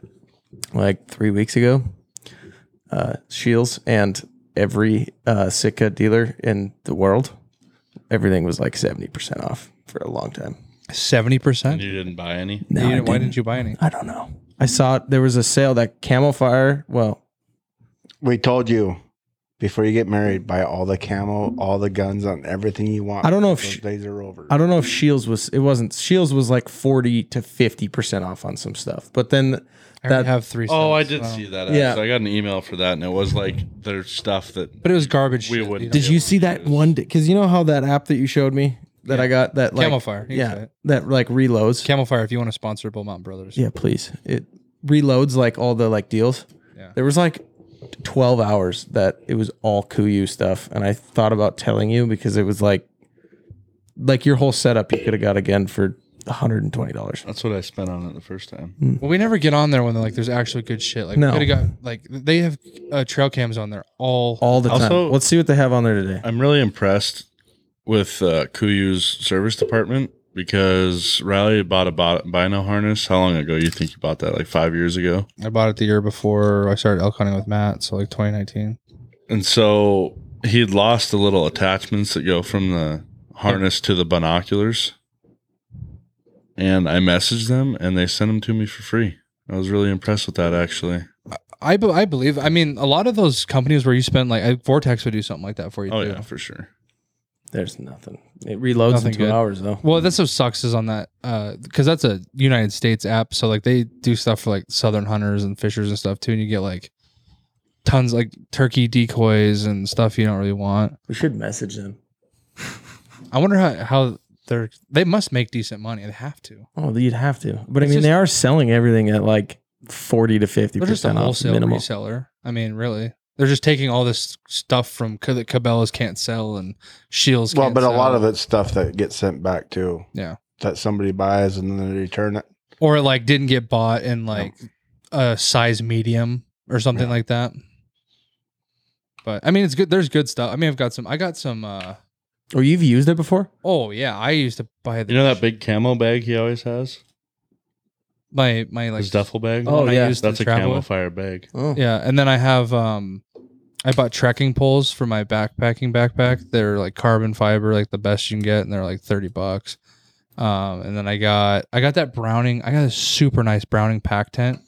Speaker 3: like three weeks ago, uh, Shields and every uh, Sitka dealer in the world, everything was like seventy percent off for a long time.
Speaker 2: seventy
Speaker 5: And
Speaker 2: percent.
Speaker 5: you didn't buy any?
Speaker 3: No, I,
Speaker 2: Why
Speaker 3: didn't.
Speaker 2: didn't you buy any?
Speaker 3: I don't know. I saw it, there was a sale that Camel Fire. Well,
Speaker 4: we told you before you get married, buy all the camo, all the guns on everything you want.
Speaker 3: I don't know if
Speaker 4: Those
Speaker 3: sh-
Speaker 4: days are over.
Speaker 3: I don't know if Shields was. It wasn't. Shields was like forty to fifty percent off on some stuff, but then
Speaker 2: I already
Speaker 3: That-
Speaker 2: have three.
Speaker 5: Oh, I
Speaker 2: cents,
Speaker 5: did
Speaker 2: so-
Speaker 5: see that.
Speaker 3: Yeah.
Speaker 5: Yeah, I got an email for that, and it was like their stuff that
Speaker 2: but it was garbage.
Speaker 5: We
Speaker 2: shit,
Speaker 5: wouldn't
Speaker 2: know?
Speaker 5: do
Speaker 3: Did you see that one? Because you know how that app that you showed me that I got that like
Speaker 2: Camel Fire, you can say
Speaker 3: yeah,
Speaker 2: it.
Speaker 3: that like reloads.
Speaker 2: Camel Fire, if you want to sponsor Bull Mountain Brothers,
Speaker 3: yeah, please. It reloads like all the like deals.
Speaker 2: Yeah.
Speaker 3: There was like twelve hours that it was all Kuyu stuff, and I thought about telling you because it was like like your whole setup you could have got again for one hundred and twenty dollars.
Speaker 5: That's what I spent on it the first time.
Speaker 2: Well, we never get on there when they're like, there's actually good shit. Like,
Speaker 3: No.
Speaker 2: we could have got like they have uh, trail cams on there all.
Speaker 3: All the
Speaker 5: Also-
Speaker 3: time. Let's see what they have on there today.
Speaker 5: I'm really impressed with uh, Kuyu's service department because Riley bought a bot- bino harness. How long ago? You think you bought that? Like five years ago?
Speaker 2: I bought it the year before I started elk hunting with Matt, so like 2019.
Speaker 5: And so he had lost the little attachments that go from the harness to the binoculars. And I messaged them and they sent them to me for free. I was really impressed with that actually.
Speaker 2: I, be- I believe. I mean, a lot of those companies where you spend like I, Vortex would do something like that for you.
Speaker 5: Oh,
Speaker 2: too.
Speaker 5: yeah, for sure.
Speaker 3: There's nothing. It reloads
Speaker 2: Nothing
Speaker 3: in two
Speaker 2: good.
Speaker 3: hours though.
Speaker 2: Well, that's what sucks is on that because that's a United States app. So like they do stuff for like southern hunters and fishers and stuff too, and you get like tons like turkey decoys and stuff you don't really want.
Speaker 3: We should message them.
Speaker 2: I wonder how how they're they must make decent money. They have to.
Speaker 3: Oh, you'd have to. But I
Speaker 2: It's
Speaker 3: mean,
Speaker 2: just-
Speaker 3: they are selling everything at like forty to fifty
Speaker 2: They're just a
Speaker 3: percent off
Speaker 2: wholesale
Speaker 3: minimal.
Speaker 2: reseller. I mean, really, they're just taking all this stuff from C- that Cabela's can't sell and Shields.
Speaker 4: well,
Speaker 2: can't
Speaker 4: but a
Speaker 2: sell.
Speaker 4: lot of it's stuff that gets sent back too.
Speaker 2: Yeah.
Speaker 4: that somebody buys and then they return it.
Speaker 2: or it like didn't get bought in like a size medium or something like that. But I mean, it's good. There's good stuff. I mean, I've got some. I got some. uh
Speaker 3: Oh, you've used it before?
Speaker 2: Oh yeah, I used to buy the
Speaker 5: You know that big camo bag he always has?
Speaker 2: my my like
Speaker 5: His duffel bag?
Speaker 2: one
Speaker 3: Oh,
Speaker 2: I
Speaker 3: yeah.
Speaker 2: used to
Speaker 5: That's a
Speaker 2: travel
Speaker 5: camo
Speaker 2: with.
Speaker 5: fire bag.
Speaker 3: Oh,
Speaker 2: Yeah, and then I have um, I bought trekking poles for my backpacking backpack. They're like carbon fiber, like the best you can get, and they're like thirty bucks. Um, and then I got I got that Browning. I got a super nice Browning pack tent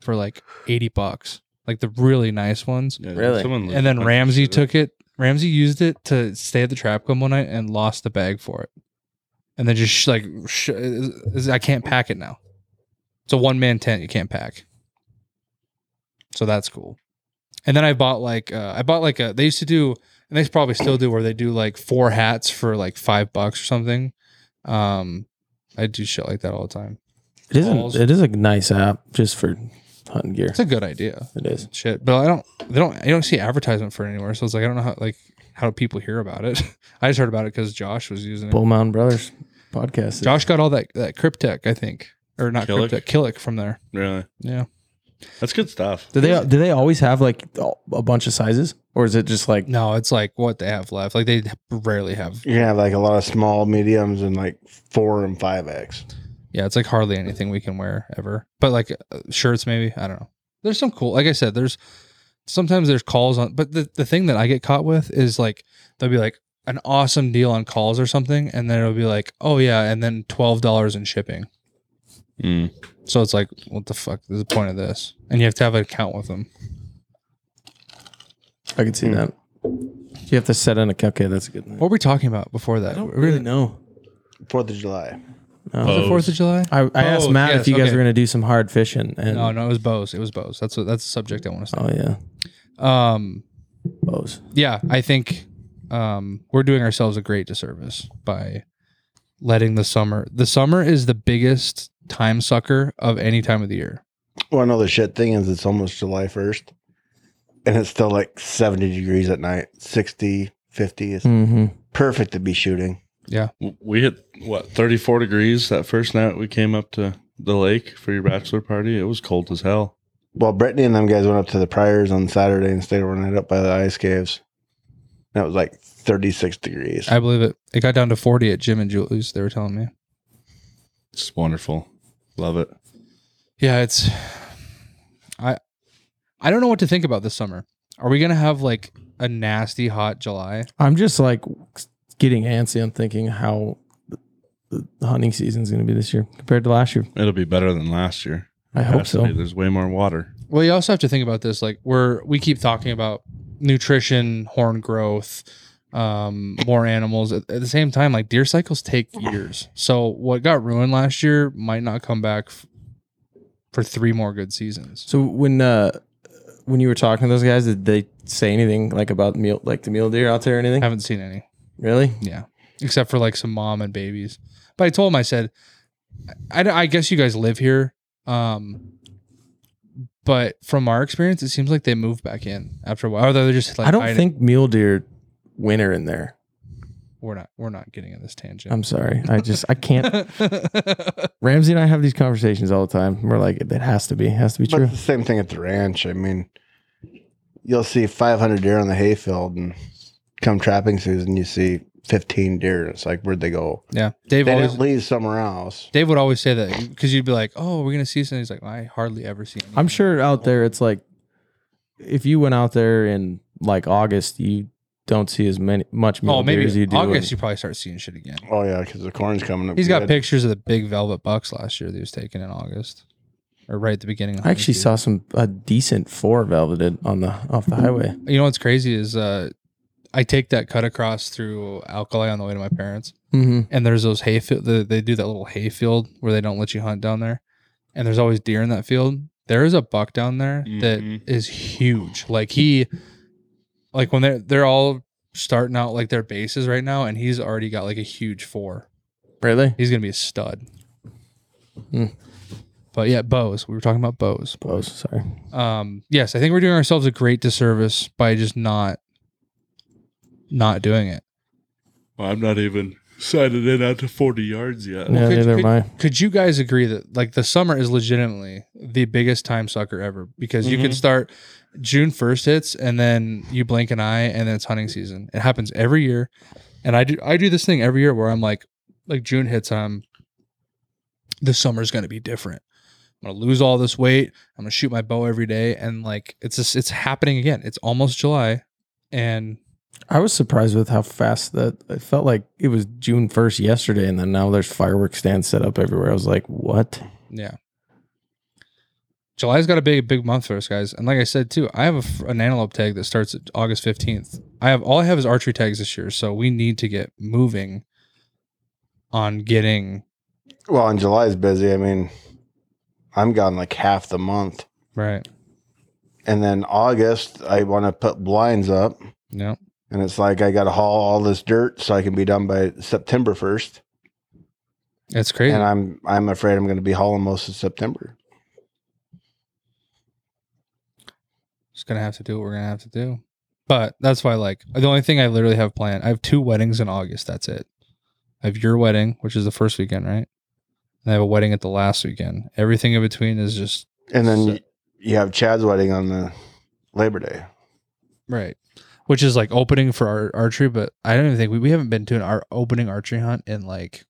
Speaker 2: for like eighty bucks, like the really nice ones.
Speaker 5: Yeah,
Speaker 3: Really?
Speaker 5: someone
Speaker 2: And then Ramsey took it Ramsey used it to stay at the trap club one night and lost the bag for it, and then just sh- like sh- uh, is- I can't pack it now. It's a one man tent. You can't pack. So that's cool. And then I bought like uh, I bought like a they used to do and they probably still do where they do like four hats for like five bucks or something. Um, I do shit like that all the time.
Speaker 3: It isn't.
Speaker 2: Balls.
Speaker 3: It is a nice app just for hunting gear.
Speaker 2: It's a good idea.
Speaker 3: It is.
Speaker 2: Shit, but I don't. They don't. I don't see advertisement for it anywhere. So it's like I don't know how like how do people hear about it. I just heard about it because Josh was using it.
Speaker 3: Bull Mountain Brothers podcast.
Speaker 2: Josh got all that that Cryptek, I think, or not
Speaker 5: Killick?
Speaker 2: Cryptek, Killick from there.
Speaker 5: Really?
Speaker 2: Yeah,
Speaker 5: That's good stuff.
Speaker 3: do they do they always have like a bunch of sizes, or is it just like
Speaker 2: no, it's like what they have left. Like they rarely have.
Speaker 4: You're gonna have like a lot of small mediums and like four and five X.
Speaker 2: Yeah, it's like hardly anything we can wear ever. But like uh, shirts, maybe I don't know. There's some cool. Like I said, there's sometimes there's calls on. But the the thing that I get caught with is like they'll be like an awesome deal on calls or something, and then it'll be like, oh yeah, and then twelve dollars in shipping.
Speaker 5: Mm.
Speaker 2: So it's like, what the fuck is the point of this? And you have to have an account with them.
Speaker 3: I can see that? You have to set in a okay. That's a good.
Speaker 2: What were we talking about before that? Were we-
Speaker 3: know.
Speaker 4: Fourth of July.
Speaker 2: Was it Fourth of July?
Speaker 3: I, I asked
Speaker 2: Oh,
Speaker 3: Matt
Speaker 2: yes,
Speaker 3: if you guys
Speaker 2: okay.
Speaker 3: were going to do some hard fishing, and
Speaker 2: No, no, it was Bose. It was Bose. That's what that's the subject I want to
Speaker 3: oh yeah,
Speaker 2: say. Um,
Speaker 3: bows.
Speaker 2: yeah, I think um, we're doing ourselves a great disservice by letting the summer. The summer is the biggest time sucker of any time of the year.
Speaker 4: Well, I know the shit thing is it's almost July first, and it's still like seventy degrees at night, 60, 50. It's
Speaker 3: Mm-hmm.
Speaker 4: perfect to be shooting.
Speaker 5: W- We hit what 34 degrees that first night we came up to the lake for your bachelor party. It was cold as hell.
Speaker 4: Well, Brittany and them guys went up to the Priors on Saturday and stayed overnight up by the ice caves. That was like thirty six degrees.
Speaker 2: I believe it. It got down to forty at Jim and Julie's. They were telling me.
Speaker 5: It's wonderful. Love it.
Speaker 2: Yeah, it's I I don't know what to think about this summer. Are we gonna have like a nasty hot July?
Speaker 3: I'm just like getting antsy. I'm thinking how the the hunting season's going to be this year compared to last year.
Speaker 5: It'll be better than last year.
Speaker 3: I hope
Speaker 5: Has to
Speaker 3: so.
Speaker 5: be. There's way more water.
Speaker 2: Well, you also have to think about this. Like we're we keep talking about nutrition, horn growth, um, more animals. At, at the same time, like deer cycles take years. So what got ruined last year might not come back f- for three more good seasons.
Speaker 3: So when uh when you were talking to those guys, did they say anything like about meal like the mule deer out there or anything?
Speaker 2: I haven't seen any.
Speaker 3: really?
Speaker 2: Yeah. Except for like some mom and babies. But I told him, I said, I, I guess you guys live here. Um, but from our experience, it seems like they move back in after a while. Although they're just like,
Speaker 3: I don't think mule deer winter in there.
Speaker 2: we're not, we're not getting in this tangent.
Speaker 3: I'm sorry. I just I can't Ramsey and I have these conversations all the time. We're like, it has to be, it has to be
Speaker 4: But
Speaker 3: true.
Speaker 4: it's the same thing at the ranch. I mean, you'll see 500 deer on the hayfield, and come trapping season, you see 15 deer. and It's like, where'd they go?
Speaker 2: yeah. Dave
Speaker 4: They
Speaker 2: always,
Speaker 4: didn't leave somewhere else.
Speaker 2: Dave would always say that because you'd be like, oh, we're going to see something. He's like, I hardly ever see anything.
Speaker 3: I'm sure out there it's like if you went out there in like August, you don't see as many much mule
Speaker 2: Oh, maybe
Speaker 3: deer as you do. in-
Speaker 2: August, you probably start seeing shit again.
Speaker 4: Oh yeah, because the corn's coming up.
Speaker 2: He's got
Speaker 4: good.
Speaker 2: pictures of the big velvet bucks last year that he was taking in August or right at the beginning. of
Speaker 3: I
Speaker 2: hunting
Speaker 3: actually
Speaker 2: season.
Speaker 3: saw some a decent four velveted on the off the highway.
Speaker 2: You know what's crazy is uh, I take that cut across through Alkali on the way to my parents,
Speaker 3: Mm-hmm.
Speaker 2: and there's those hay field. The, they do that little hay field where they don't let you hunt down there, and there's always deer in that field. There is a buck down there that
Speaker 5: Mhm.
Speaker 2: is huge. Like he, like when they're they're all starting out like their bases right now, and he's already got like a huge four.
Speaker 3: Really?
Speaker 2: He's gonna be a stud.
Speaker 3: Hmm.
Speaker 2: But yeah, bows. We were talking about bows
Speaker 3: Close. Sorry.
Speaker 2: um yes i think we're doing ourselves a great disservice by just not not doing it
Speaker 5: Well, I'm not even sighted in out to 40 yards yet.
Speaker 3: yeah,
Speaker 2: could-
Speaker 3: neither am
Speaker 2: could-
Speaker 3: I.
Speaker 2: could you guys agree that like the summer is legitimately the biggest time sucker ever because you can
Speaker 5: Mhm.
Speaker 2: start june 1st hits and then you blink an eye and then it's hunting season it happens every year and i do i do this thing every year where i'm like like june hits i'm the summer's going to be different i'm going to lose all this weight i'm going to shoot my bow every day and like it's just it's happening again it's almost july and
Speaker 3: I was surprised with how fast that it felt like it was June 1st yesterday, and then now there's fireworks stands set up everywhere. I was like, what?
Speaker 2: Yeah. July's got a big, big month for us, guys. And like I said, too, I have a, f- an antelope tag that starts at August 15th. I have all I have is archery tags this year, so we need to get moving on getting
Speaker 4: Well, and July is busy. I mean, I'm gone like half the month.
Speaker 2: right.
Speaker 4: And then August, I want to put blinds up.
Speaker 2: No,
Speaker 4: And it's like I got to haul all this dirt so I can be done by September 1st.
Speaker 2: that's crazy.
Speaker 4: And I'm I'm afraid I'm going to be hauling most of September.
Speaker 2: just gonna have to do what we're gonna have to do. But that's why, like, the only thing I literally have planned, I have two weddings in August. That's it. I have your wedding, which is the first weekend, right? And I have a wedding at the last weekend. Everything in between is just
Speaker 4: And then
Speaker 2: So-
Speaker 4: you, you have Chad's wedding on the Labor Day.
Speaker 2: right, which is like opening for our archery. But I don't even think we, we haven't been to an our opening archery hunt in like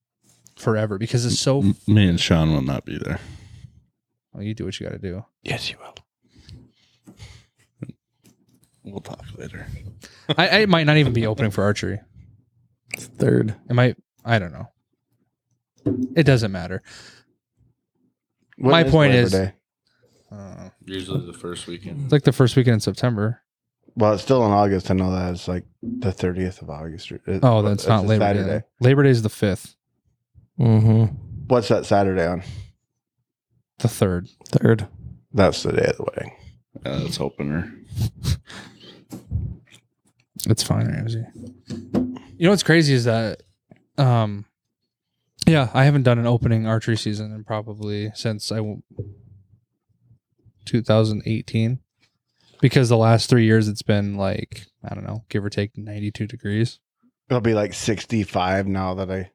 Speaker 2: forever because it's so.
Speaker 5: M- Me and Sean will not be there.
Speaker 2: Well, you do what you got to do.
Speaker 4: Yes, you will.
Speaker 5: We'll talk later.
Speaker 2: I, I it might not even be opening for archery.
Speaker 3: It's third.
Speaker 2: It might. I don't know. It doesn't matter. My point is- Uh,
Speaker 5: Usually the first weekend.
Speaker 2: it's like the first weekend in September.
Speaker 4: Well, it's still in August. I know that. It's like the 30th of August. It-
Speaker 2: Oh, that's not
Speaker 4: a
Speaker 2: Labor Day.
Speaker 4: Saturday.
Speaker 2: then. Labor Day is the fifth,
Speaker 3: Mm-hmm.
Speaker 4: What's that Saturday on?
Speaker 2: the third.
Speaker 3: Third.
Speaker 4: That's the day of the wedding.
Speaker 5: Yeah, that's opener.
Speaker 2: It's fine, Ramsey. You know what's crazy is that, um, yeah, I haven't done an opening archery season in probably since I w- 2018, because the last three years it's been like I don't know, give or take 92 degrees.
Speaker 4: It'll be like 65 now that I.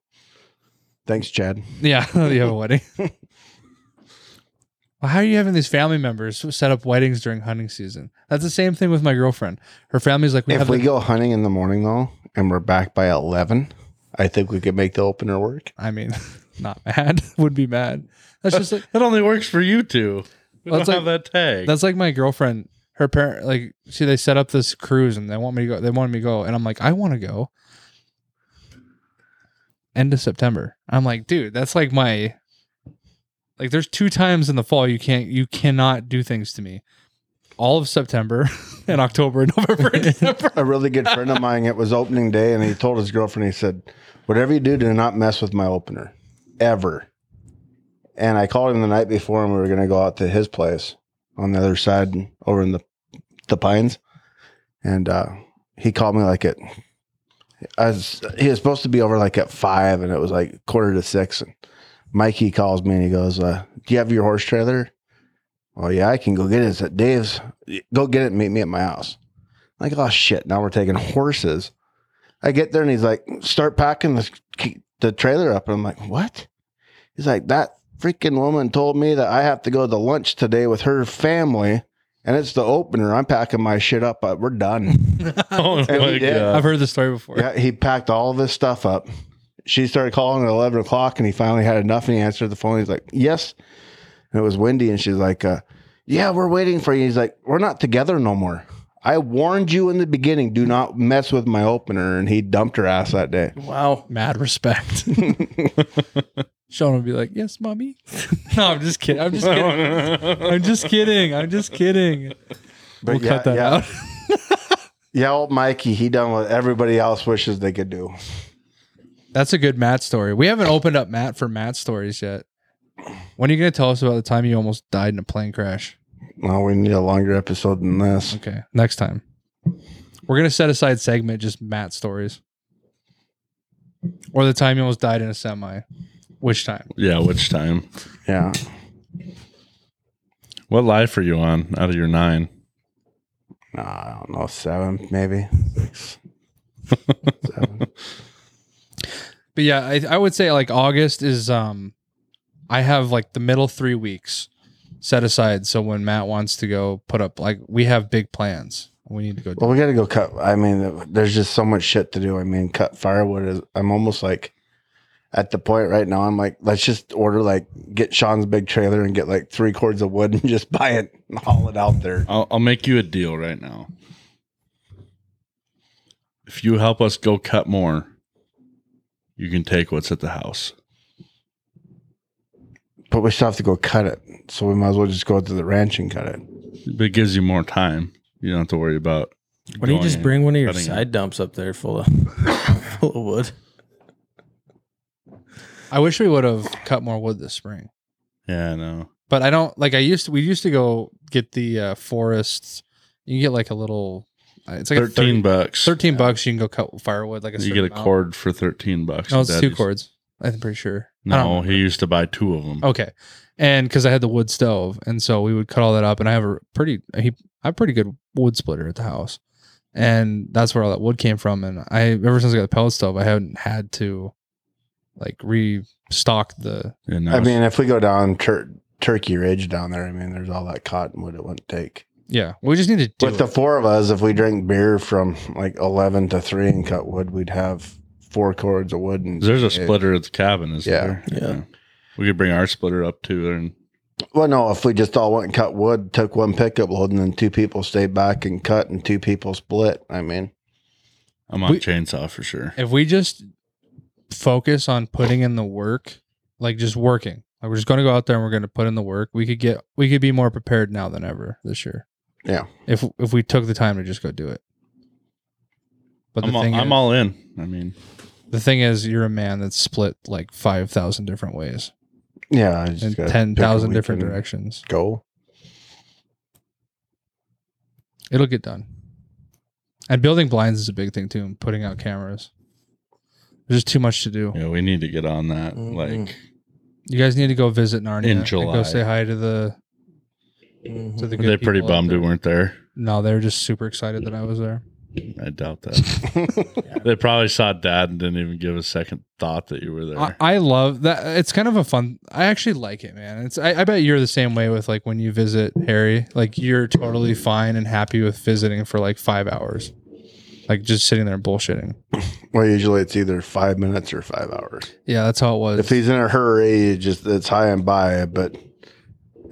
Speaker 4: Thanks, Chad.
Speaker 2: Yeah, you have a wedding. Well, How are you having these family members set up weddings during hunting season? That's the same thing with my girlfriend. Her family's like, we
Speaker 4: if
Speaker 2: have
Speaker 4: we
Speaker 2: the-
Speaker 4: go hunting in the morning though, and we're back by 11, I think we could make the opener work.
Speaker 2: I mean, not mad would be mad. That's just like
Speaker 5: That only works for you two. We
Speaker 2: Well,
Speaker 5: don't
Speaker 2: it's
Speaker 5: have that tag.
Speaker 2: that's like my girlfriend. Her parent like see they set up this cruise and they want me to go. They wanted me to go, and I'm like, I want to go. End of September. I'm like, dude, that's like my like. There's two times in the fall you can't you cannot do things to me. All of September and October and November and December.
Speaker 4: A really good friend of mine, it was opening day, and he told his girlfriend, he said, Whatever you do, do not mess with my opener ever. And I called him the night before, and we were going to go out to his place on the other side over in the, the pines. And uh, he called me like at, I was, he was supposed to be over like at five, and it was like quarter to six. And Mikey calls me and he goes, uh, Do you have your horse trailer? Oh, yeah, I can go get it. It's at Dave's. Go get it and meet me at my house. Like, oh shit, now we're taking horses. I get there and he's like, start packing the, the trailer up. And I'm like, what? He's like, that freaking woman told me that I have to go to lunch today with her family. And it's the opener. I'm packing my shit up. But we're done.
Speaker 5: oh
Speaker 4: And we
Speaker 5: my
Speaker 4: did.
Speaker 5: god.
Speaker 2: I've heard this story before.
Speaker 4: yeah, he packed all this stuff up. She started calling at 11 o'clock and he finally had enough and he answered the phone. He's like, yes. And it was windy. And she's like, uh, yeah, we're waiting for you. He's like, we're not together no more. I warned you in the beginning, do not mess with my opener. And he dumped her ass that day.
Speaker 2: Wow. Mad respect. Sean would be like, Yes, mommy. no, I'm just kidding. I'm just kidding. I'm just kidding. I'm just kidding.
Speaker 4: But
Speaker 2: we'll
Speaker 4: yeah,
Speaker 2: cut that
Speaker 4: yeah.
Speaker 2: out.
Speaker 4: Yeah, old Mikey, he done what everybody else wishes they could do.
Speaker 2: That's a good Matt story. We haven't opened up Matt for Matt stories yet. When are you going to tell us about the time you almost died in a plane crash?
Speaker 4: Well, we need a longer episode than this.
Speaker 2: Okay, next time. We're going to set aside segment just Matt stories. Or the time you almost died in a semi. Which time?
Speaker 5: yeah, which time?
Speaker 4: Yeah.
Speaker 5: What life are you on out of your nine?
Speaker 4: Nah, I don't know, seven, maybe. Six. seven.
Speaker 2: But yeah, I, I would say like August is um I have like the middle three weeks set aside so when Matt wants to go put up like we have big plans. We need to go do
Speaker 4: Well, we got to go cut. I mean, there's just so much shit to do. I mean, cut firewood is. I'm almost like at the point right now. I'm like, let's just order like get Sean's big trailer and get like three cords of wood and just buy it and haul it out there.
Speaker 5: I'll, I'll make you a deal right now. If you help us go cut more, you can take what's at the house.
Speaker 4: But we still have to go cut it, so we might as well just go to the ranch and cut it.
Speaker 5: But it gives you more time. You don't have to worry about
Speaker 3: Why don't you
Speaker 5: going
Speaker 3: just
Speaker 5: and
Speaker 3: bring one of your
Speaker 5: cutting it.
Speaker 3: side dumps up there full of full of wood?
Speaker 2: I wish we would have cut more wood this spring.
Speaker 5: Yeah, I know.
Speaker 2: But I don't like. I used to. We used to go get the uh, forests. You can get like a little. uh, It's like a
Speaker 5: 13
Speaker 2: thirty-
Speaker 5: bucks.
Speaker 2: 13 bucks. You can go cut firewood. Like a
Speaker 5: you
Speaker 2: certain
Speaker 5: get a
Speaker 2: amount.
Speaker 5: cord for 13 bucks.
Speaker 2: No, it's
Speaker 5: Dad
Speaker 2: two
Speaker 5: used-
Speaker 2: cords. I'm pretty sure. I don't
Speaker 5: No,
Speaker 2: Oh.
Speaker 5: he used to buy two of them.
Speaker 2: Okay. And because I had the wood stove, and so we would cut all that up. And I have a pretty, he, I have a pretty good wood splitter at the house, and that's where all that wood came from. And I, ever since I got the pellet stove, I haven't had to, like, restock the.
Speaker 5: And
Speaker 4: I
Speaker 5: was-
Speaker 4: mean, if we go down tur- Turkey Ridge down there, I mean, there's all that cottonwood it wouldn't take.
Speaker 2: Yeah, we just need to do
Speaker 4: With the
Speaker 2: it.
Speaker 4: four of us, if we drank beer from like 11 to 3 and cut wood, we'd have four cords of wood. And
Speaker 5: there's a
Speaker 4: it-
Speaker 5: splitter at the cabin, isn't
Speaker 4: Yeah.
Speaker 5: there?
Speaker 3: Yeah.
Speaker 5: We could bring our splitter up to there and
Speaker 4: Well, no, if we just all went and cut wood, took one pickup load, and then two people stayed back and cut, and two people split. I mean,
Speaker 5: I'm on
Speaker 2: We-
Speaker 5: chainsaw for sure.
Speaker 2: if we just focus on putting in the work, like just working, like we're just going to go out there and we're going to put in the work. We could get, we could be more prepared now than ever this year.
Speaker 4: Yeah.
Speaker 2: If if we took the time to just go do it. But the
Speaker 5: I'm, all,
Speaker 2: thing,
Speaker 5: I'm
Speaker 2: is,
Speaker 5: all in. I mean,
Speaker 2: the thing is, you're a man that's split like five thousand different ways
Speaker 4: yeah, I just
Speaker 2: in
Speaker 4: gotta
Speaker 2: ten
Speaker 4: pick a
Speaker 2: thousand
Speaker 4: week
Speaker 2: different
Speaker 4: and
Speaker 2: directions.
Speaker 4: Go.
Speaker 2: It'll get done. And building blinds is a big thing too, and putting out cameras. There's just too much to do.
Speaker 5: yeah, we need to get on that.
Speaker 2: Mm-hmm.
Speaker 3: Mhm.
Speaker 5: Like,
Speaker 2: You guys need to go visit Narnia.
Speaker 5: In
Speaker 2: and
Speaker 5: July.
Speaker 2: Go say hi to the
Speaker 3: Mm-hmm.
Speaker 2: to the. Good
Speaker 5: they pretty
Speaker 2: people out
Speaker 5: bummed we
Speaker 2: there.
Speaker 5: weren't there.
Speaker 2: No, they were just super excited that I was there.
Speaker 5: I doubt that. they probably saw dad and didn't even give a second thought that you were there.
Speaker 2: I, I love that. It's kind of a fun. I actually like it, man. It's. I, I bet you're the same way with like when you visit Harry. Like you're totally fine and happy with visiting for like five hours, like just sitting there and bullshitting.
Speaker 4: Well, usually it's either five minutes or five hours.
Speaker 2: Yeah, that's how it was.
Speaker 4: If he's in a hurry, you just it's high and by. But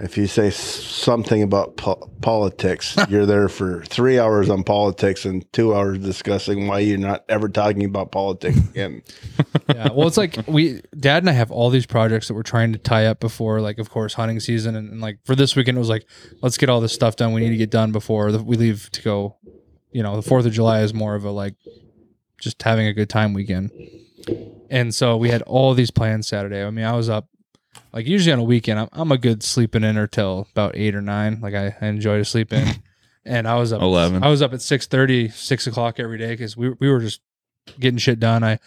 Speaker 4: if you say s- something about po- politics, you're there for three hours on politics and two hours discussing why you're not ever talking about politics again.
Speaker 2: yeah. Well, it's like we, Dad and I have all these projects that we're trying to tie up before, like, of course, hunting season. And, and, like for this weekend, it was like, let's get all this stuff done. We need to get done before the, we leave to go. You know, the 4th of July is more of a like just having a good time weekend. And so we had all these plans Saturday. I mean, I was up like usually on a weekend, I'm, I'm a good sleeping in or till about eight or nine. Like I, I enjoy to sleep in. And I
Speaker 5: Oh,
Speaker 2: was up
Speaker 5: 11.
Speaker 2: I was up at 6 6 o'clock every day because we, we were just getting shit done. I,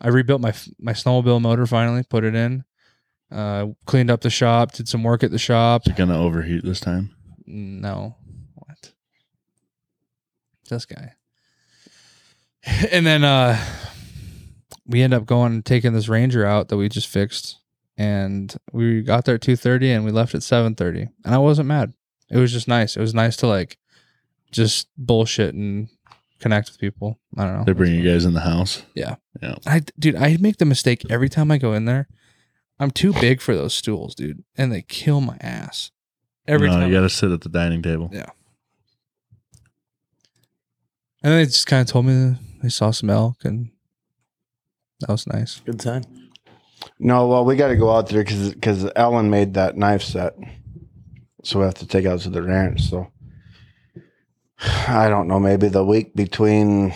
Speaker 2: I rebuilt my my snowmobile motor finally, put it in, uh, cleaned up the shop, did some work at the shop.
Speaker 5: Is it gonna overheat this time?
Speaker 2: No, what? This guy. And then uh, we end up going and taking this Ranger out that we just fixed, and we got there at two thirty, and we left at seven thirty, and I wasn't mad. It was just nice. It was nice to like just bullshit and connect with people. I don't know.
Speaker 5: They bring you guys in the house.
Speaker 2: I dude, I make the mistake every time I go in there. I'm too big for those stools, dude, and they kill my ass every
Speaker 5: no,
Speaker 2: time.
Speaker 5: you got to sit at the dining table.
Speaker 2: and then they just kind of told me they saw some elk, and that was nice.
Speaker 3: Good time.
Speaker 4: No, well, we got to go out there because Ellen made that knife set, so we have to take it out to the ranch. So I don't know. Maybe the week between,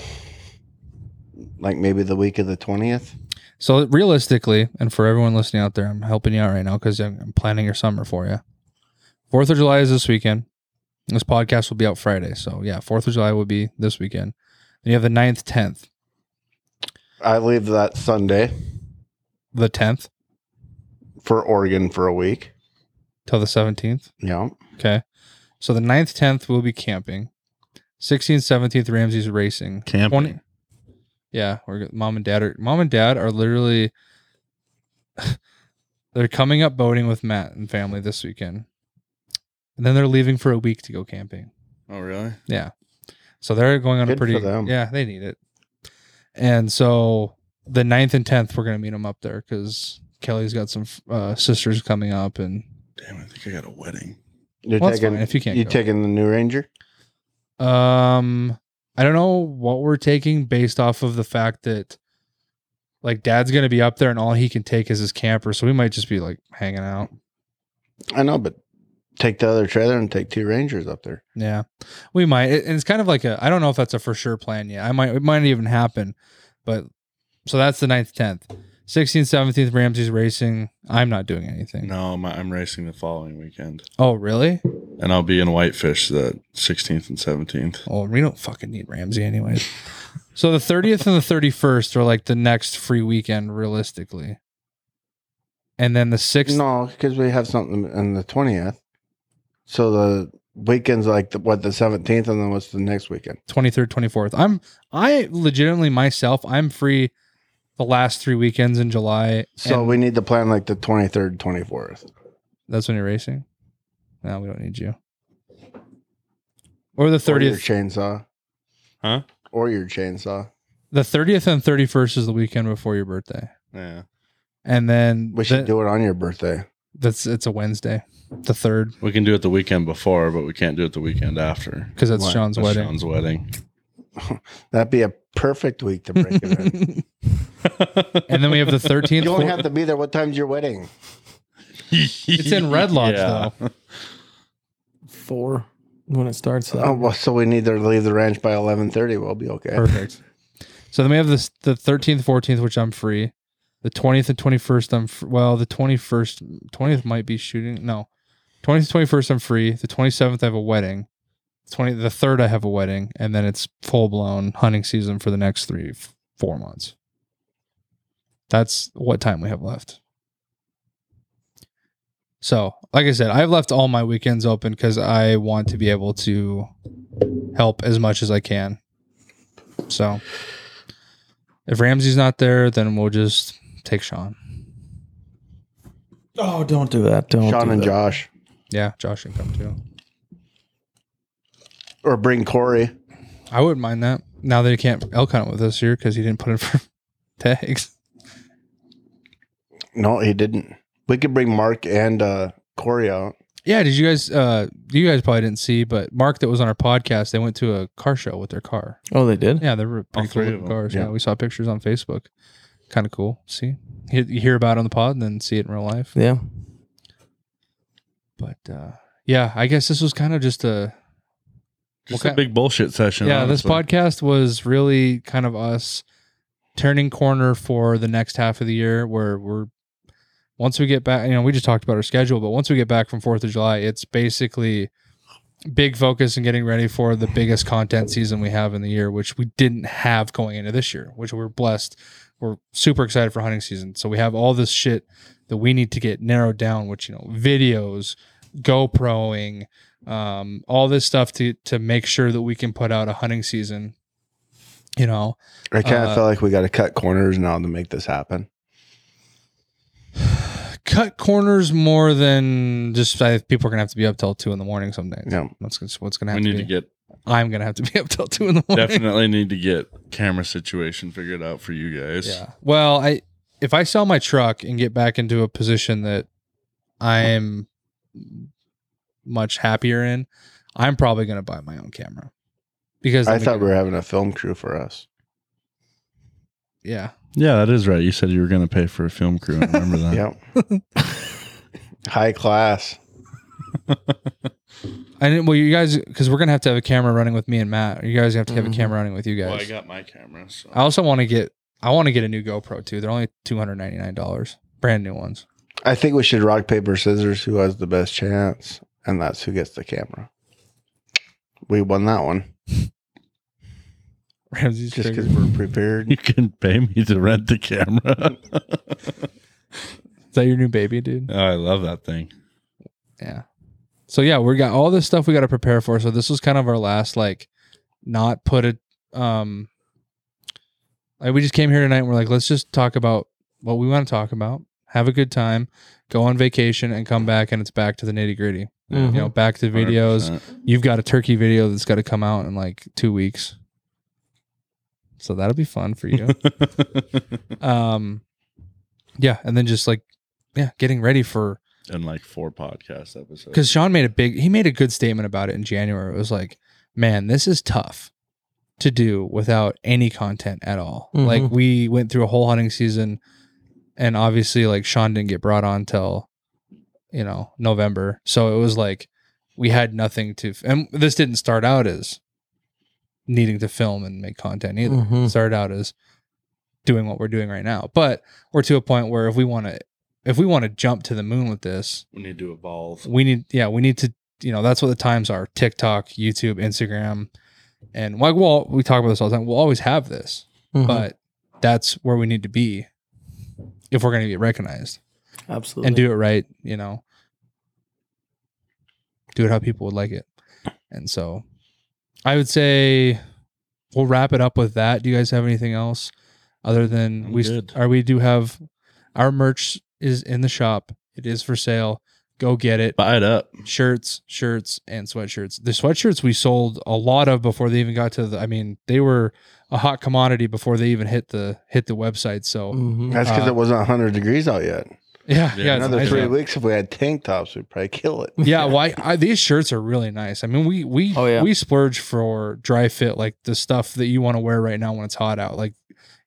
Speaker 4: like maybe the week of the twentieth.
Speaker 2: So realistically, and for everyone listening out there, I'm helping you out right now because I'm, I'm planning your summer for you. Fourth of July is this weekend. This podcast will be out Friday, so yeah, Fourth of July will be this weekend. Then you have the 9th, tenth,
Speaker 4: I leave that Sunday
Speaker 2: the tenth
Speaker 4: for Oregon for a week.
Speaker 2: till the seventeenth.
Speaker 4: Yeah,
Speaker 2: Okay. So the 9th, 10th, we'll be camping. 16th, 17th, Ramsey's racing.
Speaker 5: Camping.
Speaker 2: yeah. We're, go- mom and dad are, mom and dad are literally, they're coming up boating with Matt and family this weekend. And then they're leaving for a week to go camping.
Speaker 5: Oh, really?
Speaker 2: Yeah. So they're going on
Speaker 4: Good
Speaker 2: a
Speaker 4: for
Speaker 2: pretty,
Speaker 4: them.
Speaker 2: yeah, they need it. And so the 9th and 10th, we're going to meet them up there because Kelly's got some uh, sisters coming up and
Speaker 5: Damn, I think I got a wedding.
Speaker 4: you're
Speaker 2: Well, that's
Speaker 4: taking
Speaker 2: fine if you can't
Speaker 4: you
Speaker 2: go.
Speaker 4: taking the new Ranger.
Speaker 2: Um, I don't know what we're taking based off of the fact that like dad's gonna be up there and all he can take is his camper, so we might just be like hanging out.
Speaker 4: I know, but
Speaker 8: take the other trailer and take two Rangers up there.
Speaker 2: Yeah, we might. It- and it's kind of like a. I don't know if that's a for sure plan yet. I might. It might even happen. But so that's the 9th, tenth, sixteenth, seventeenth. Ramsey's racing. I'm not doing anything.
Speaker 5: No, my, I'm racing the following weekend,
Speaker 2: Oh really?
Speaker 5: and I'll be in Whitefish the 16th and 17th.
Speaker 2: Well, Oh, we don't fucking need Ramsey anyways. so the thirtieth and the thirty first are like the next free weekend realistically. And then the sixth.
Speaker 8: No, because we have something on the twentieth. So the weekend's like the, what the seventeenth, and then what's the next weekend?
Speaker 2: 23rd, 24th. I'm I legitimately myself, I'm free the last three weekends in July.
Speaker 8: So
Speaker 2: and
Speaker 8: we need to plan like the twenty third, twenty fourth.
Speaker 2: that's when you're racing. No, we don't need you. Or the
Speaker 8: Thirtieth
Speaker 2: 30th.
Speaker 8: chainsaw,
Speaker 5: Huh?
Speaker 8: Or your chainsaw.
Speaker 2: The 30th and 31st is the weekend before your birthday.
Speaker 5: Yeah,
Speaker 2: And then
Speaker 8: We should
Speaker 2: the-
Speaker 8: do it on your birthday.
Speaker 2: that's it's a Wednesday, the 3rd,
Speaker 5: we can do it the weekend before, but we can't do it the weekend after.
Speaker 2: because that's
Speaker 8: Why?
Speaker 2: Sean's
Speaker 5: That's
Speaker 2: wedding.
Speaker 5: Sean's wedding.
Speaker 8: That'd be a perfect week to break it in.
Speaker 2: and then we have the 13th.
Speaker 8: You only
Speaker 2: four-
Speaker 8: have to be there. What time's your wedding?
Speaker 2: it's in Red Lodge, though.
Speaker 6: Four.
Speaker 3: when it starts.
Speaker 8: Oh well, so we need to leave the ranch by eleven thirty. We'll be okay.
Speaker 2: Perfect. So then we have this the 13th, 14th, which I'm free. The 20th and 21st, I'm fr- well. The 21st, 20th might be shooting. No, 20th, 21st, I'm free. The 27th, I have a wedding. 20, the third, I have a wedding, and then it's full blown hunting season for the next three, f- four months. That's what time we have left. So, like I said, I've left all my weekends open because I want to be able to help as much as I can. So if Ramsey's not there, then we'll just take Sean.
Speaker 3: Oh, don't do that. Don't.
Speaker 8: Sean
Speaker 3: do
Speaker 8: and
Speaker 3: that.
Speaker 8: Josh,
Speaker 2: Yeah, Josh can come too.
Speaker 8: or bring Corey.
Speaker 2: I wouldn't mind that. Now that he can't elk hunt with us here because he didn't put in for tags.
Speaker 8: No, he didn't. We could bring Mark and uh, Corey out.
Speaker 2: Yeah, did you guys uh you guys probably didn't see, but Mark that was on our podcast, they went to a car show with their car.
Speaker 3: Oh, they did.
Speaker 2: Yeah, they were pretty cool
Speaker 5: three of
Speaker 2: looking
Speaker 5: them.
Speaker 2: cars.
Speaker 8: Yeah.
Speaker 2: Yeah. we saw pictures on Facebook. Kind of cool. See? You you hear about it on the pod and then see it in real life.
Speaker 3: Yeah.
Speaker 2: But uh yeah, I guess this was kind of just a
Speaker 5: Just
Speaker 2: What
Speaker 5: a
Speaker 2: ki-
Speaker 5: big bullshit session.
Speaker 2: Yeah, this
Speaker 5: honestly.
Speaker 2: podcast was really kind of us turning corner for the next half of the year where we're once we get back, you know, we just talked about our schedule, but once we get back from 4th of July, it's basically big focus and getting ready for the biggest content season we have in the year, which we didn't have going into this year, which we're blessed. We're super excited for hunting season. So we have all this shit that we need to get narrowed down, which, you know, videos, GoProing, um, all this stuff to to make sure that we can put out a hunting season. You know,
Speaker 8: I kind of
Speaker 2: Uh,
Speaker 8: feel like we got to cut corners now to make this happen.
Speaker 2: cut corners more than just I, people are gonna have to be up till two in the morning some days.
Speaker 8: Yeah.
Speaker 2: That's just what's gonna
Speaker 5: We
Speaker 2: happen.
Speaker 5: need to get
Speaker 2: I'm gonna have to be up till two in the morning.
Speaker 5: definitely need to get camera situation figured out for you guys.
Speaker 2: Yeah. Well, I if I sell my truck and get back into a position that I'm much happier in, I'm probably gonna buy my own camera because
Speaker 8: I
Speaker 2: then we
Speaker 8: thought
Speaker 2: can-
Speaker 8: we were having a film crew for us.
Speaker 2: yeah.
Speaker 5: Yeah, that is right. You said you were going to pay for a film crew. I remember that.
Speaker 8: Yep. High class.
Speaker 2: I didn't. Well, you guys, because we're gonna have to have a camera running with me and Matt. You guys have to have
Speaker 8: Mm-hmm.
Speaker 3: Mhm.
Speaker 2: a camera running with you guys.
Speaker 5: Well, I got my camera. So.
Speaker 2: I also want to get. I want to get a new GoPro too. They're only two hundred ninety nine dollars, brand new ones.
Speaker 8: I think we should rock paper scissors. Who has the best chance? And that's who gets the camera. We won that one
Speaker 2: Ramsey's
Speaker 8: just
Speaker 2: trigger.
Speaker 8: because we're prepared.
Speaker 5: you can pay me to rent the camera.
Speaker 2: Is that your new baby, dude?
Speaker 5: oh, I love that thing.
Speaker 2: Yeah. So yeah, we got all this stuff we got to prepare for. So this was kind of our last like, not put it. Um, like we just came here tonight and we're like, let's just talk about what we want to talk about, have a good time, go on vacation, and come back, and it's back to the nitty gritty.
Speaker 3: Mhm.
Speaker 2: You
Speaker 8: Mm-hmm.
Speaker 2: know, back to videos.
Speaker 5: 100%.
Speaker 2: you've got a turkey video that's got to come out in like two weeks. So that'll be fun for you. um, yeah, and then just like, yeah, getting ready for
Speaker 5: and like four podcast episodes.
Speaker 2: because Sean made a big, he made a good statement about it in January. It was like, man, this is tough to do without any content at all.
Speaker 3: Mhm.
Speaker 2: Like we went through a whole hunting season, and obviously, like Sean didn't get brought on till you know November. So it was like we had nothing to, f- and this didn't start out as needing to film and make content either.
Speaker 9: Mhm.
Speaker 3: Mm-hmm.
Speaker 2: It started out as doing what we're doing right now, but we're to a point where if we want to, if we want to jump to the moon with this,
Speaker 10: We need to evolve.
Speaker 2: we need yeah we need to you know that's what the times are tiktok youtube instagram and like well we talk about this all the time we'll always have this
Speaker 10: Mm-hmm.
Speaker 3: Mm-hmm.
Speaker 2: but that's where we need to be if we're going to get recognized
Speaker 3: Absolutely.
Speaker 2: and do it right you know do it how people would like it and so i would say we'll wrap it up with that do you guys have anything else other than
Speaker 10: I'm
Speaker 2: we
Speaker 10: good.
Speaker 2: are we do have our merch is in the shop it is for sale go get it
Speaker 10: Buy it up.
Speaker 2: shirts, shirts, and sweatshirts. The sweatshirts we sold a lot of before they even got to the. I mean, they were a hot commodity before they even hit the hit the website. So
Speaker 3: Mhm.
Speaker 11: That's because
Speaker 2: Uh,
Speaker 11: it wasn't 100 degrees out yet.
Speaker 10: Yeah.
Speaker 2: yeah, yeah, it's
Speaker 11: Another
Speaker 2: nice.
Speaker 11: three weeks, if we had tank tops, we'd probably kill it.
Speaker 2: Yeah, why I, these shirts are really nice. I mean, we we
Speaker 3: Oh, yeah.
Speaker 2: we splurge for dry fit, like the stuff that you want to wear right now when it's hot out. Like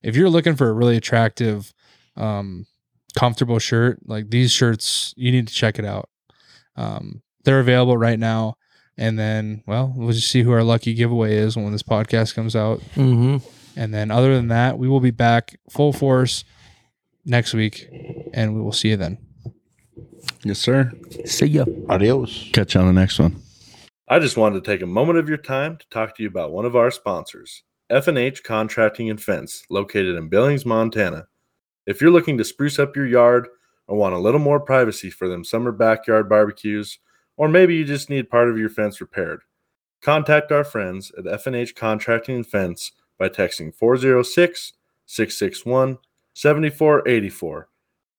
Speaker 2: if you're looking for a really attractive, um, comfortable shirt, like these shirts, you need to check it out. Um, they're available right now. And then, well, we'll just see who our lucky giveaway is when this podcast comes out.
Speaker 9: Mm-hmm.
Speaker 2: And then, other than that, we will be back full force next week, and we will see you then.
Speaker 10: Yes, sir.
Speaker 3: See ya.
Speaker 11: Adios.
Speaker 10: Catch you on the next one.
Speaker 5: I just wanted to take a moment of your time to talk to you about one of our sponsors, F&H Contracting and Fence, located in Billings, Montana. If you're looking to spruce up your yard or want a little more privacy for them summer backyard barbecues, or maybe you just need part of your fence repaired, contact our friends at F&H Contracting and Fence by texting 406-661-7484.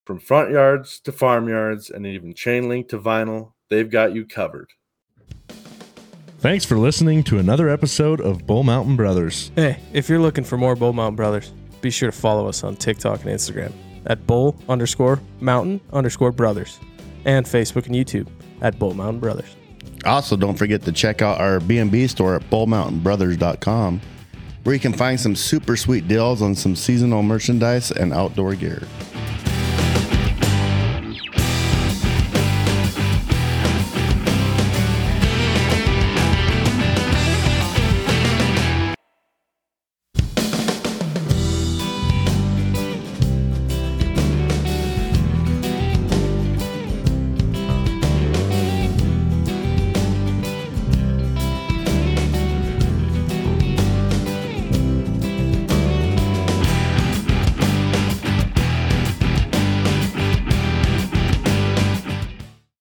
Speaker 5: From front yards to farmyards and even chain link to vinyl, they've got you covered.
Speaker 10: Thanks for listening to another episode of Bull Mountain Brothers.
Speaker 3: Hey, if you're looking for more Bull Mountain Brothers, be sure to follow us on TikTok and Instagram at Bull underscore Mountain underscore Brothers and Facebook and YouTube at Bull Mountain Brothers.
Speaker 4: Also, don't forget to check out our B&B store at bullmountainbrothers.com where you can find some super sweet deals on some seasonal merchandise and outdoor gear.